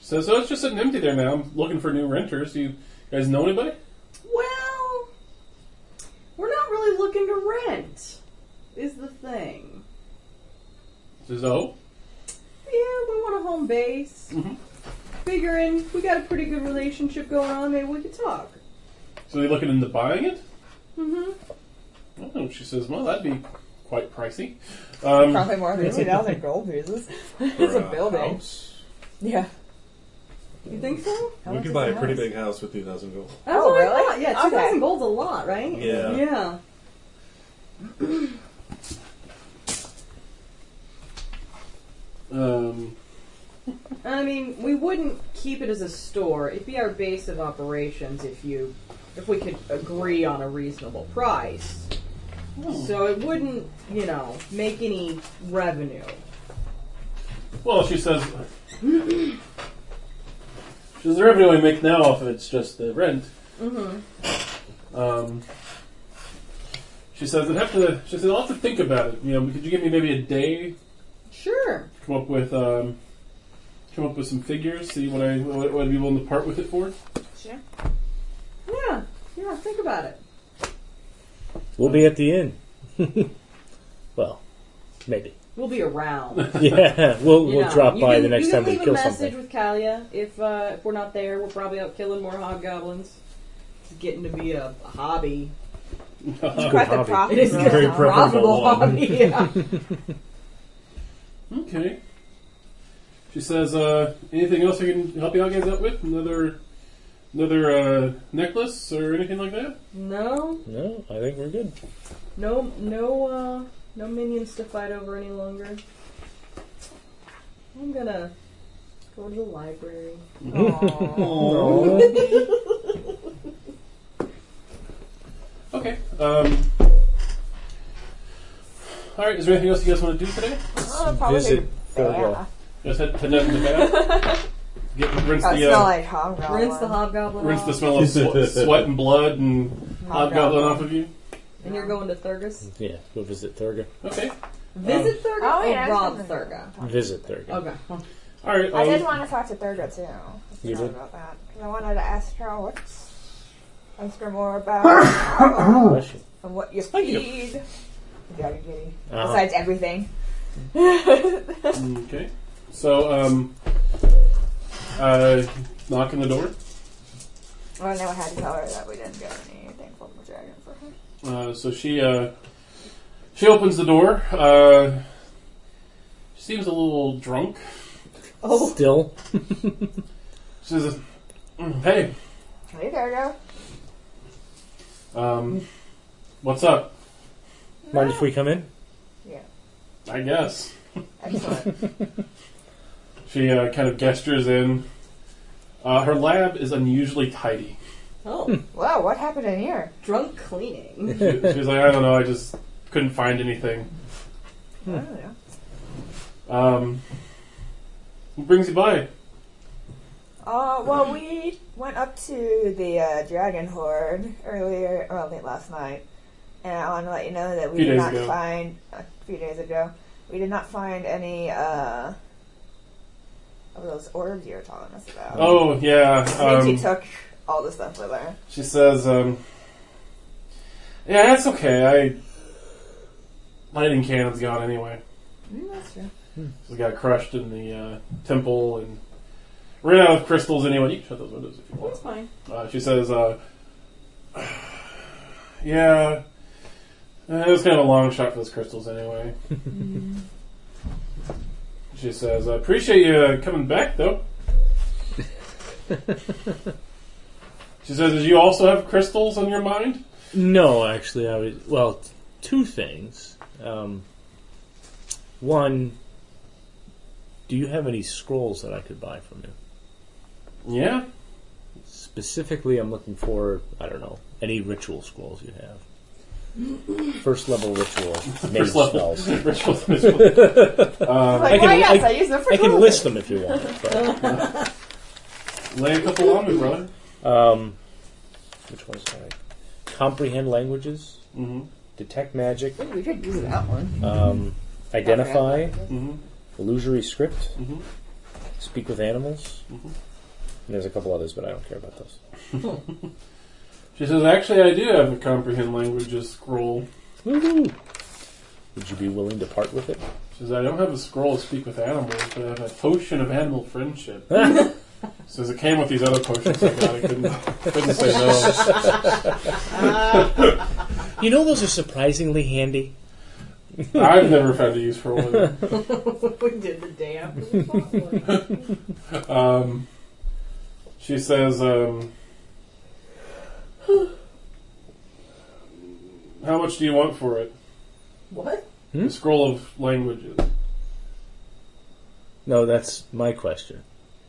Says, so it's just sitting empty there now. I'm looking for new renters. Do you guys know anybody? Well, we're not really looking to rent. Is the thing. Says, oh, Yeah, we want a home base. Mhm. Figuring we got a pretty good relationship going on, maybe we could talk. so they're looking into buying it. Mm-hmm. Oh, she says, well, that'd be quite pricey. Um, Probably more than 2,000 gold pieces. it's For a building. house. Yeah. You think so? How we much could is buy the a pretty house? big house with 2,000 gold. That's Oh, what I really? thought. Yeah, two Okay. thousand gold's a lot, right? Yeah. Yeah. um, I mean, we wouldn't keep it as a store. It'd be our base of operations if you, if we could agree on a reasonable price. So it wouldn't, you know, make any revenue. Well, she says. She says the revenue I make now off of it's just the rent. Mm-hmm. Um, She says, "I'd have to." She says, "I'll have to think about it. You know, could you give me maybe a day Sure. come up with um, come up with some figures, see what I what, what I'd be willing to part with it for. Sure. Yeah. Yeah. Think about it. We'll be at the inn. well, maybe. We'll be around. Yeah, we'll You we'll know, drop you by can- the next you time can we leave kill a message something. with Kalia. If uh, if we're not there, we're probably out killing more hobgoblins. It's getting to be a, a hobby. It's a good Quite the hobby. profit. It is bro. a Very preferable profitable one. hobby. Yeah. Okay. She says, uh, anything else I can help you all guys out with? Another another uh, necklace or anything like that? no, No, I think we're good. no, no, uh, no minions to fight over any longer. I'm gonna go to the library. Okay. Um, all right. Is there anything else you guys want to do today? Oh, probably Visit Oh, Thurlow. Just head, head down to the bath. Get rinse Oh, the smell uh, like hobgoblin. Rinse the hobgoblin rinse off, the smell of sweat, sweat and blood and hobgoblin off of you. and you're going to Thurgus. Yeah, go visit Thurga. Okay. Visit Thurga Oh, yeah, I or rob was Thurga. Visit Thurga. Okay. All right. I did um, want to talk to Thurga too. You Sorry did? about that. 'Cause I wanted to ask her oh, what's ask her more about Bless you. And what you Thank you. feed. Jolly Giddy. Uh-huh. Besides everything. Okay. So, um, uh, knock on the door. Well, I know I had to tell her that we didn't get anything from the dragon for her. Uh, so she, uh, she opens the door. Uh, she seems a little drunk. Oh, Still, She says, "Hey, Hey, Virgo. um, what's up? mind if we come in? I guess." Excellent. She uh, kind of gestures in. Uh, her lab is unusually tidy. Oh, wow, what happened in here? drunk cleaning. She, she's like, "I don't know. I just couldn't find anything." Hmm. I don't know. Um, what brings you by? Uh, well, we went up to the uh, dragon horde earlier, well, I think last night, and I want to let you know that we Few did days not ago. find a few days ago. We did not find any uh, of those orbs you were telling us about. Oh yeah. I think um, she took all the stuff with her. She says, um, "Yeah, that's okay. I lighting cannon's gone anyway. Mm, that's true. Just got crushed in the uh, temple and ran out of crystals anyway. You can shut those windows if you want." That's fine. Uh, she says, uh, "Yeah, uh, it was kind of a long shot for those crystals anyway." she says, "I appreciate you uh, coming back, though." she says, "Do you also have crystals on your mind?" No, actually, I was. Well, two things. Um, one, do you have any scrolls that I could buy from you? Yeah. Specifically, I'm looking for, I don't know, any ritual scrolls you have. First level ritual, mage First level. spells. Ritual- ritual. I was like, uh, I can- why yes, I- I, use them for I can clothing. list them if you want. but, Lay a couple on me, brother. um, which ones can I? Comprehend languages, Mm-hmm. detect magic, Ooh, we could use that one. um, identify, Mm-hmm. illusory script, Mhm. speak with animals. Mhm. And there's a couple others, but I don't care about those. She says, "Actually, I do have a comprehend languages scroll." Woohoo! Would you be willing to part with it? She says, I don't have a scroll to speak with animals, but I have a potion of animal friendship. says, it came with these other potions I got. I couldn't, couldn't say no. You know, those are surprisingly handy. I've never found a use for one. we did the day after the potluck. Um, she says, um, How much do you want for it? What? Hmm? A scroll of languages. No, that's my question.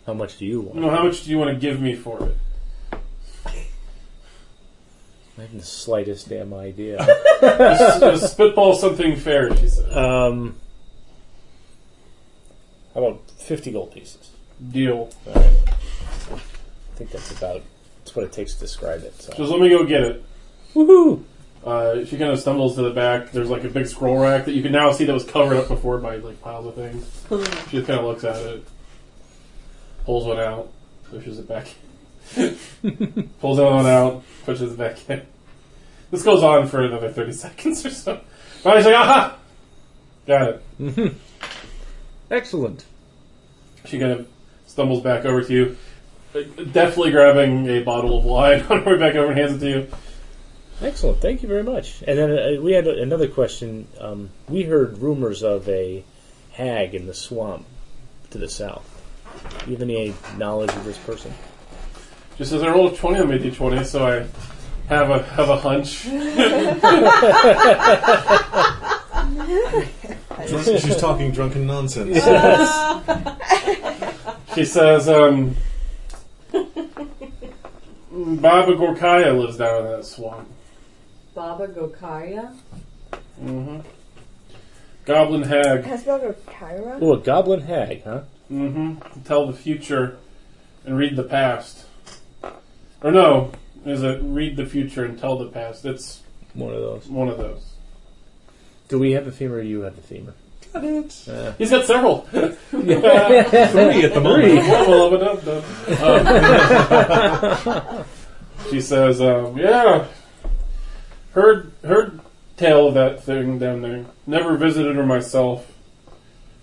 How much do you want? No, how much do you want to give me for it? I haven't the slightest damn idea. Just, just spitball something fair, she says. um, how about 50 gold pieces? Deal. I think that's about that's what it takes to describe it. She So. says, Let me go get it. Woohoo! Uh, she kind of stumbles to the back. There's like a big scroll rack that you can now see that was covered up before by like piles of things. She just kind of looks at it, pulls one out, pushes it back. in. pulls another one out, pushes it back in. This goes on for another thirty seconds or so. Finally, she's like, "Aha, got it." Excellent. She kind of stumbles back over to you, deftly grabbing a bottle of wine on her way back over and hands it to you. Excellent. Thank you very much. And then uh, we had a, another question. Um, we heard rumors of a hag in the swamp to the south. Do you have any knowledge of this person? She says, "I rolled a twenty on my d20, so I have a have a hunch." Drunk- she's talking drunken nonsense. She says, um, Baba Gorkaya lives down in that swamp. Baba Gokaya? Mm-hmm. Goblin hag. Has spelled Kyra? Oh, a goblin hag, huh? Mm-hmm. Tell the future and read the past. Or no, is it read the future and tell the past? It's One of those. one of those. Do we have a femur or do you have a femur? Uh, He's got several. Three at the Three. moment. Well, well, well, well, well. Um, she says, um, "Yeah, heard heard tale of that thing down there. Never visited her myself."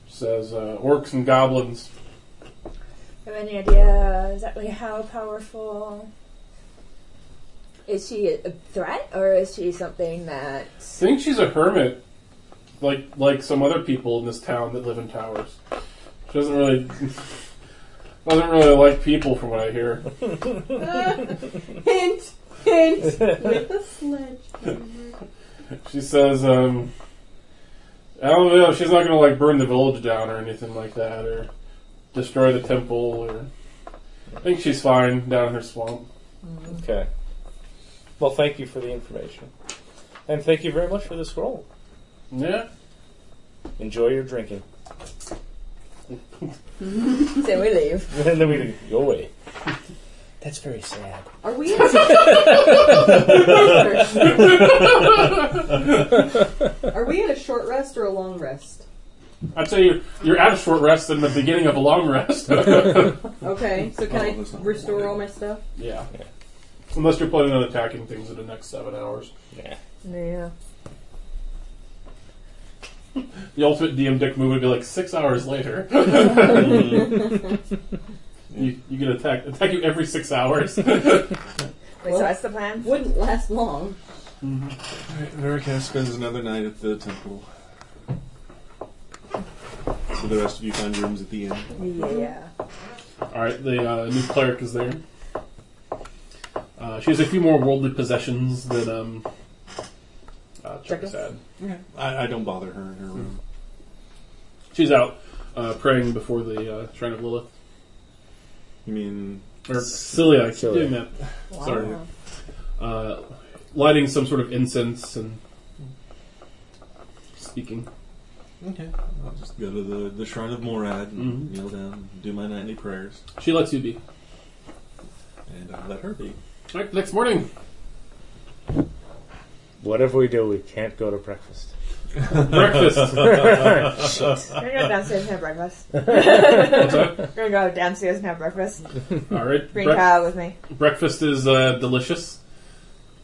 She says, uh, "Orcs and goblins. Have any idea exactly how powerful? Is she a threat or is she something that? Think she's a hermit, like like some other people in this town that live in towers. She doesn't really." Doesn't really like people, from what I hear. Hint! Hint! With a sledge. She says, um, I don't know, she's not gonna like burn the village down or anything like that or destroy the temple or I think she's fine down in her swamp. Okay. Well, thank you for the information. And thank you very much for the scroll. Yeah. Enjoy your drinking. Say we leave. and then we go away. That's very sad. Are we in a Are we in a short rest or a long rest? I'd say you're you're at a short rest and the beginning of a long rest. Okay, so can Oh, I that's not restore all my stuff? yeah. Unless you're planning on attacking things in the next seven hours. Yeah. Yeah. The ultimate DM dick move would be like six hours later. you you can attack attack you every six hours. Wait, Well- so that's the plan? Wouldn't last long. Veracast spends another night at the temple. So the rest of you find rooms at the inn. Yeah. Alright, the uh, new cleric is there. Uh, she has a few more worldly possessions than um, uh, Chuck had. I, I don't bother her in her room. She's out uh, praying before the uh, Shrine of Lilith. You mean Or Celia, I keep Celia. doing that. Sorry. Uh, lighting some sort of incense and speaking. okay? I'll just go to the, the shrine of Morad and Mhm. kneel down, and do my nightly prayers, She lets you be. and I let her be. Alright, next morning. Whatever we do, we can't go to breakfast. Breakfast. We're gonna go downstairs and have breakfast. We're gonna go downstairs and have breakfast. Alright. Bring brec- Kyle with me. breakfast is uh, delicious.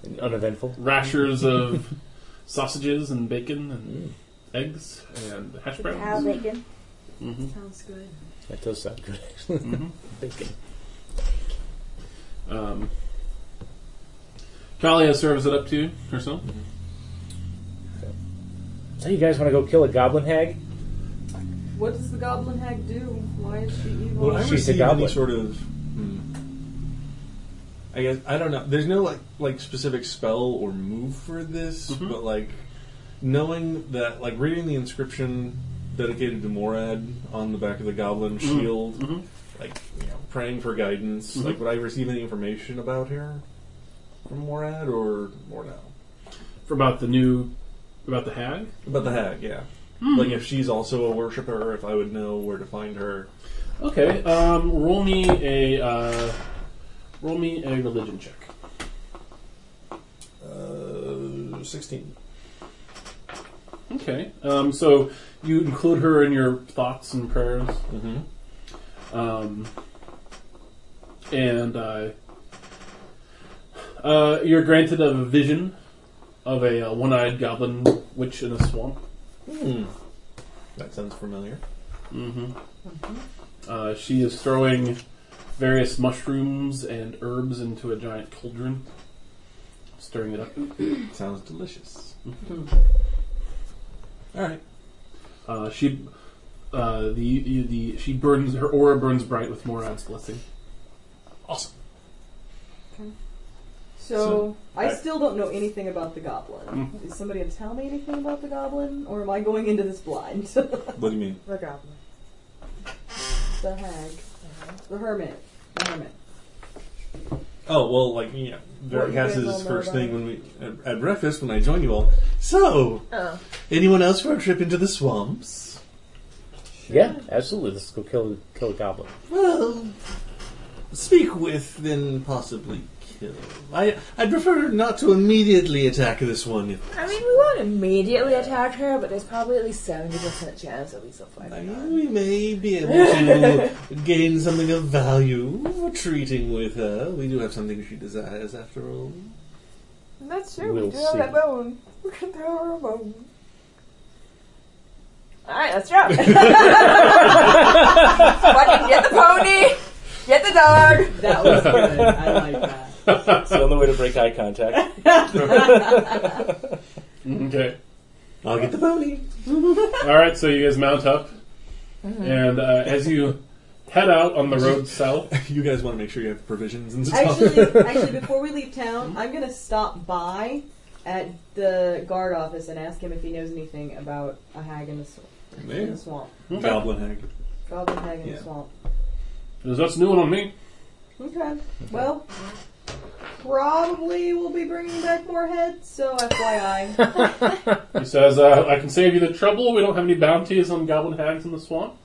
Uneventful. rashers of sausages and bacon and eggs and hash browns. bacon. Mm-hmm. Sounds good. That does sound good, actually. Mhm. Bacon. Um, Kalia serves it up to you herself. So you guys want to go kill a goblin hag? What does the goblin hag do? Why is she evil? Well, I She's a receive any goblin. sort of. Hmm, I guess I don't know. There's no like like specific spell or move for this, Mm-hmm. Mhm. but like knowing that, like reading the inscription dedicated to Morad on the back of the goblin Mm-hmm. shield, mhm. like you know, praying for guidance. Mhm. Like, would I receive any information about her from Morad or or no? For about the new, about the hag. About the hag, yeah. Hmm. Like if she's also a worshiper, if I would know where to find her. Okay. Um, roll me a uh, roll me a religion check. Uh, Um, 16. Okay. Um, so you include her in your thoughts and prayers. Mm-hmm. Um, and uh, uh, you're granted a vision of a, uh one-eyed goblin witch in a swamp. That sounds familiar. Mm-hmm. Uh, she is throwing various mushrooms and herbs into a giant cauldron, stirring it up. Sounds delicious. All right. Uh, she, uh, the the she burns her aura burns bright with Morad's blessing. Awesome. So, So, I right. still don't know anything about the goblin. Is somebody going to tell me anything about the goblin, or am I going into this blind? the What do you mean? The goblin. hag, the hermit, the hermit. Oh, well, like, yeah. What do you guys all Veracast's know first about thing it? when we, at, at breakfast when I join you all. So, Oh. anyone else for a trip into the swamps? Yeah, absolutely. Let's go kill kill a goblin. Well, speak with, then possibly kill. I, I'd prefer not to immediately attack this one. If, I mean, we won't immediately attack her, but there's probably at least 70% chance that we still fight I her. mean, we may be able to gain something of value for treating with her. We do have something she desires, after all. That's true, we We'll do have see. that bone. We can throw her a bone. Alright, let's drop. Fucking get the pony! Get the dog! That was good. I like that. It's the only way to break eye contact. Mm-hmm. Okay. I'll get the pony. All right. So you guys mount up, and uh, as you head out on the road south, You guys want to make sure you have provisions and stuff. Actually, actually, before we leave town, I'm going to stop by at the guard office and ask him if he knows anything about a hag in the, sw- in Yeah. the swamp. Mm-hmm. Goblin hag. Goblin hag in Yeah. the swamp. there's that's new one on me. Okay. Well, probably we'll be bringing back more heads, so FYI. He says, uh, "I can save you the trouble. We don't have any bounties on goblin hags in the swamp."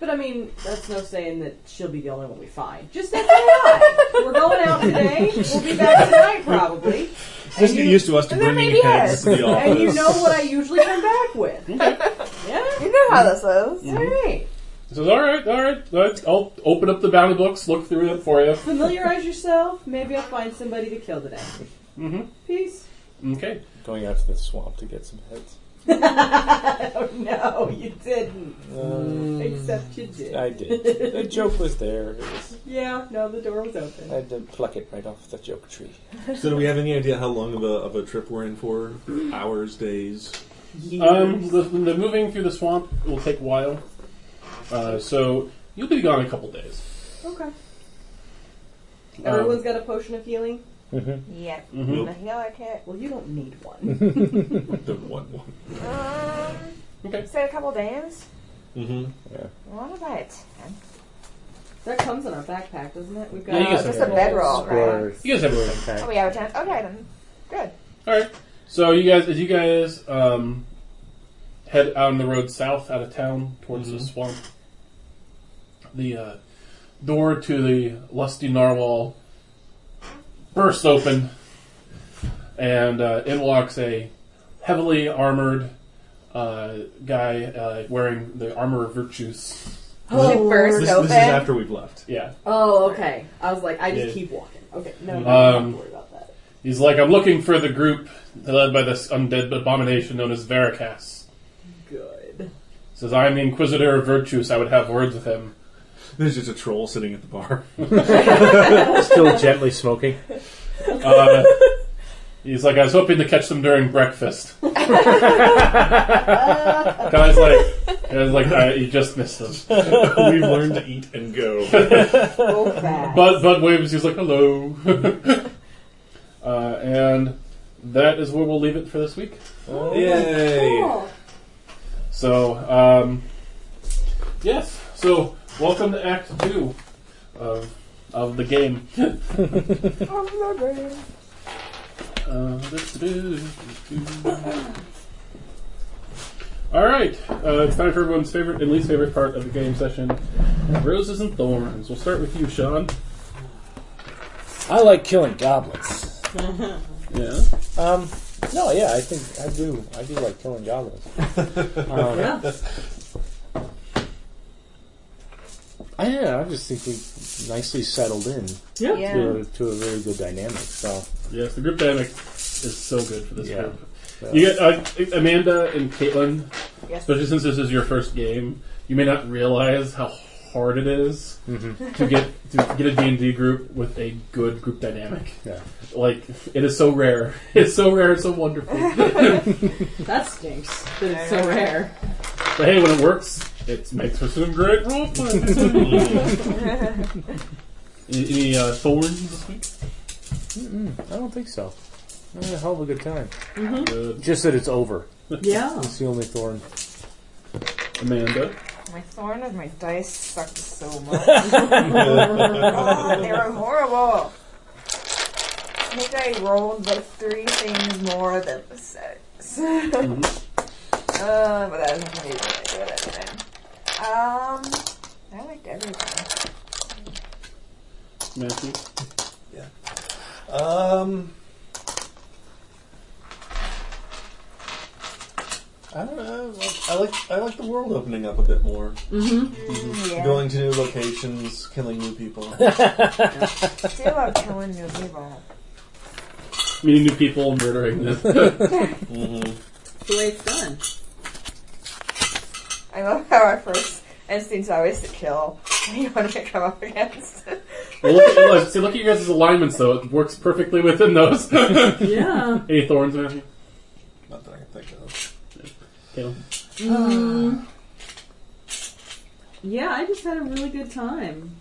but I mean, that's no saying that she'll be the only one we find. Just FYI. We're going out today. We'll be back tonight, probably. Just get used to us to and then bringing maybe hags to the office. And you know what I usually come back with. Yeah? You know how this is. Mm-hmm. All right. He says, "All right, all right. All right I'll open up the bounty books, look through them for you." Familiarize yourself. Maybe I'll find somebody to kill today. Mhm. Peace. Okay. Going out to the swamp to get some heads. Oh, no, you didn't. Uh, Except you did. I did. The joke was there. It was, Yeah, no, the door was I open. had to pluck it right off the joke tree. So do we have any idea how long of a, of a trip we're in for? Hours, days? Um, the, the moving through the swamp will take a while, uh, so you'll be gone a couple days. Okay. Um, Everyone's got a potion of healing? Yeah. mhm. No, no, I can't. Well, you don't need one. The one one. Um, Okay. say a couple days. Mm-hmm. What about a ten? That comes in our backpack, doesn't it? We've got Yeah, you guys Just have a it. bedroll, right? You guys have it. Oh, we have a ten. Okay, then. Good. All right. So you guys, as you guys um, head out on the road south, out of town towards the Mhm. swamp, the uh, door to the lusty narwhal bursts open, and uh, in walks a heavily armored uh, guy uh, wearing the armor of virtues. She burst This, this open. is after we've left. Yeah, Oh, okay. I was like, I just Yeah. keep walking. Okay, no, no, Um, don't worry about that. he's like, I'm looking for the group led by this undead abomination known as Veracast. Good. Says, I am the Inquisitor of Virtues. I would have words with him. There's just a troll sitting at the bar. Oh, Still gently smoking. Uh, he's like, I was hoping to catch them during breakfast. Guy's like, guy's like, I, you just missed them. we've learned to eat and go. Go fast. Bud, Bud waves. He's like, hello. uh, and that is where we'll leave it for this week. Yay! Cool. So, um, yes. So, welcome to Act Two of of the game. Oh, Uh, All right, uh, it's time for everyone's favorite and least favorite part of the game session: roses and thorns. We'll start with you, Sean. I like killing goblins. Yeah. Um, No, yeah, I think I do. I do like killing goblins. Um, Yeah. I don't know, I just think we nicely settled in Yeah. to, to a very good dynamic. So Yes, the group dynamic is so good for this Yeah. group. Yeah. You get uh, Amanda and Caitlin, Yes. especially since this is your first game. You may not realize how hard it is Mm-hmm, to get to get a D and D group with a good group dynamic. Yeah. Like it is so rare. It's so rare. It's so wonderful. That stinks. That it's so rare. But hey, when it works, it makes for some great Mm. roleplay. any any uh, thorns this week? Mm-mm, I don't think so. I had a hell of a good time. Good. Just that it's over. Yeah. It's the only thorn. Amanda. My thorn and my dice sucked so much. oh, they were horrible. I think I rolled like three things more than the six. uh, but that doesn't really do it anyway. Um, I liked everything. Matthew. Um, I don't know. I like I like the world opening up a bit more. Yeah, Going to new locations, killing new people. I do love killing new people. Meeting new people, murdering them. The way it's done. I love how our first instinct's always to kill anyone we come up against. Well, look, at, look, see, look at you guys' alignments, though. It works perfectly within those. Yeah. Any thorns, Matthew? Not that I can think of. Caleb? Yeah, I just had a really good time.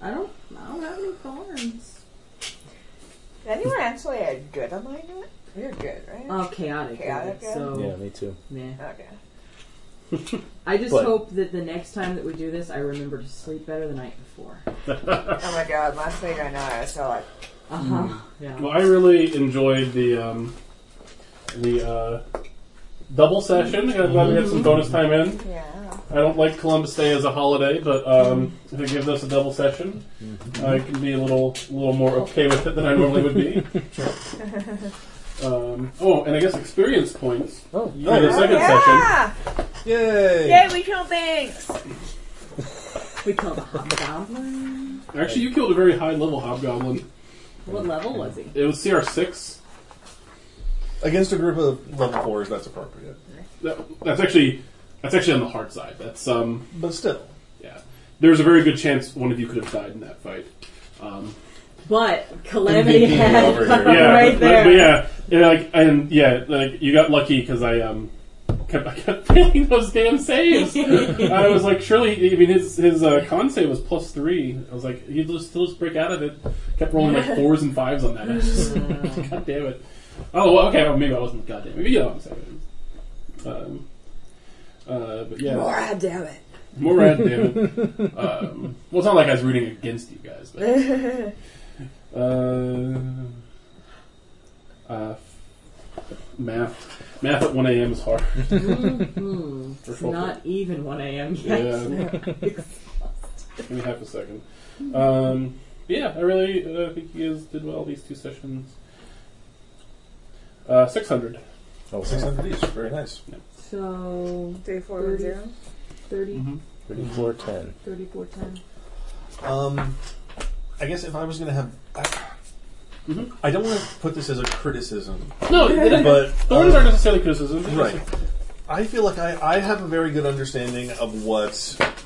I don't I don't have any thorns. Did anyone actually a good alignment? You're good, right? Uh, Oh, chaotic. Chaotic, chaotic yeah. Oh. so Yeah, me too. meh. okay. I just But- hope that the next time that we do this, I remember to sleep better the night before. Oh my god, last week I know I was so like, Uh huh. Yeah. Well, I really enjoyed the um, the uh, double session. I'm glad we got some bonus time in. yeah. I don't like Columbus Day as a holiday, but um, if it gives us a double session, I can be a little little more okay with it than I normally would be. um, oh, and I guess experience points Oh, for the second session. yeah! Yay! Yay, we killed things! We killed a hobgoblin. Actually, you killed a very high level hobgoblin. What level was he? It was CR six. Against a group of level fours, that's appropriate. That, that's actually that's actually on the hard side. That's um But still, yeah. There's a very good chance one of you could have died in that fight. Um, But calamity MVP had over here. yeah, right but, there. but yeah, and like and yeah, like you got lucky because I um kept I kept failing those damn saves. I was like, surely I mean his his uh, con save was plus three. I was like, he'll just he'll just break out of it. Kept rolling like fours and fives on that. I was just, Mm. God damn it. Oh well, okay, well, maybe I wasn't. God damn, maybe you know what I'm saying. Um, uh, but yeah. Oh, Morad, damn it. Morad, damn it. Um, well, it's not like I was rooting against you guys, but. Uh, uh, math. Math at 1 a.m. is hard. Mhm. For It's sure. not even 1 a.m. yet. Yeah. Give me half a second. Um, but yeah, I really uh, think you guys did well these two sessions. Uh, 600. Oh, 600 each. Very nice. So, Three, four, one, zero. 30, Mm-hmm. Thirty-four ten. 34 times. Um, I guess if I was going to have. I, Mm-hmm. Mhm. I don't want to put this as a criticism, No, they didn't- but. thorns uh, aren't necessarily criticisms. They're Right. I feel like I, I have a very good understanding of what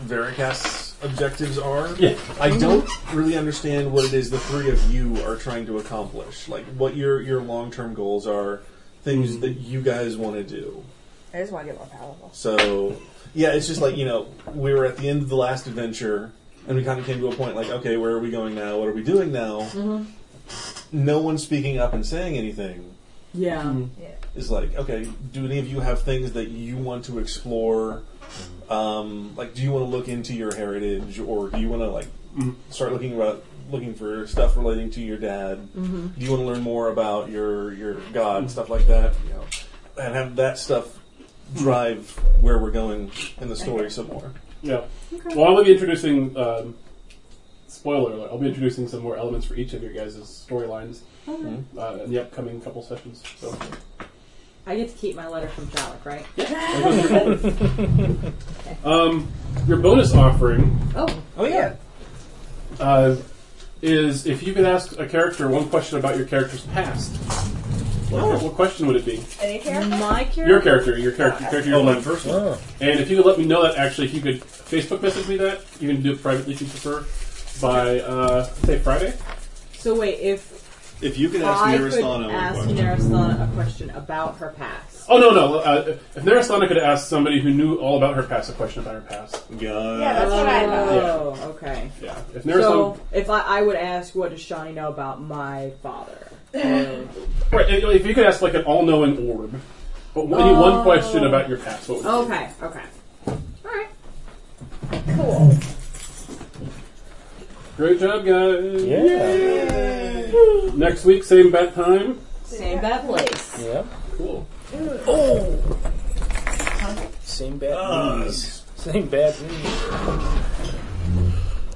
Veracast's objectives are. Yeah. I don't really understand what it is the three of you are trying to accomplish. Like what your your long term goals are, things that you guys want to do. I just want to get more powerful. So yeah, it's just like, you know, we were at the end of the last adventure and we kind of came to a point like, okay, where are we going now? What are we doing now? No one's speaking up and saying anything Yeah. Mm-hmm. is like, okay, do any of you have things that you want to explore? Um, like, do you want to look into your heritage, or do you want to like start looking about looking for stuff relating to your dad? Do you want to learn more about your your god stuff like that? You know, and have that stuff drive where we're going in the story some more. Yeah. Mm-hmm. Well, I will be introducing. Um, spoiler alert! I'll be introducing some more elements for each of your guys' storylines uh, in the upcoming couple sessions. So I get to keep my letter from Jalak, right? um, your bonus offering Oh, Oh yeah. uh, is if you could ask a character one question about your character's past. What, Oh. what question would it be? Any character? my character. Your character, your character, your character. you're Oh, my playing. first one. Oh. And if you could let me know that, actually, if you could Facebook message me that, you can do it privately if you prefer, by, uh, say, Friday. So wait, if If you could ask I could Narasana one ask question. Narasana a question about her past, Oh, no, no. Uh, if Narasana could ask somebody who knew all about her past a question about her past. God. Yeah, that's what I thought. oh, okay. Yeah. If Narasana. So if I, I would ask, what does Shawnee know about my father? Oh, Or- Right, and, you know, if you could ask, like, an all knowing orb. But what- any one question about your past, what would it okay, okay. Cool. be? Great job, guys. Yeah. Next week, same bat time. Same bad place. Yeah. Oh. Cool. Same bad knees. Same bad knees.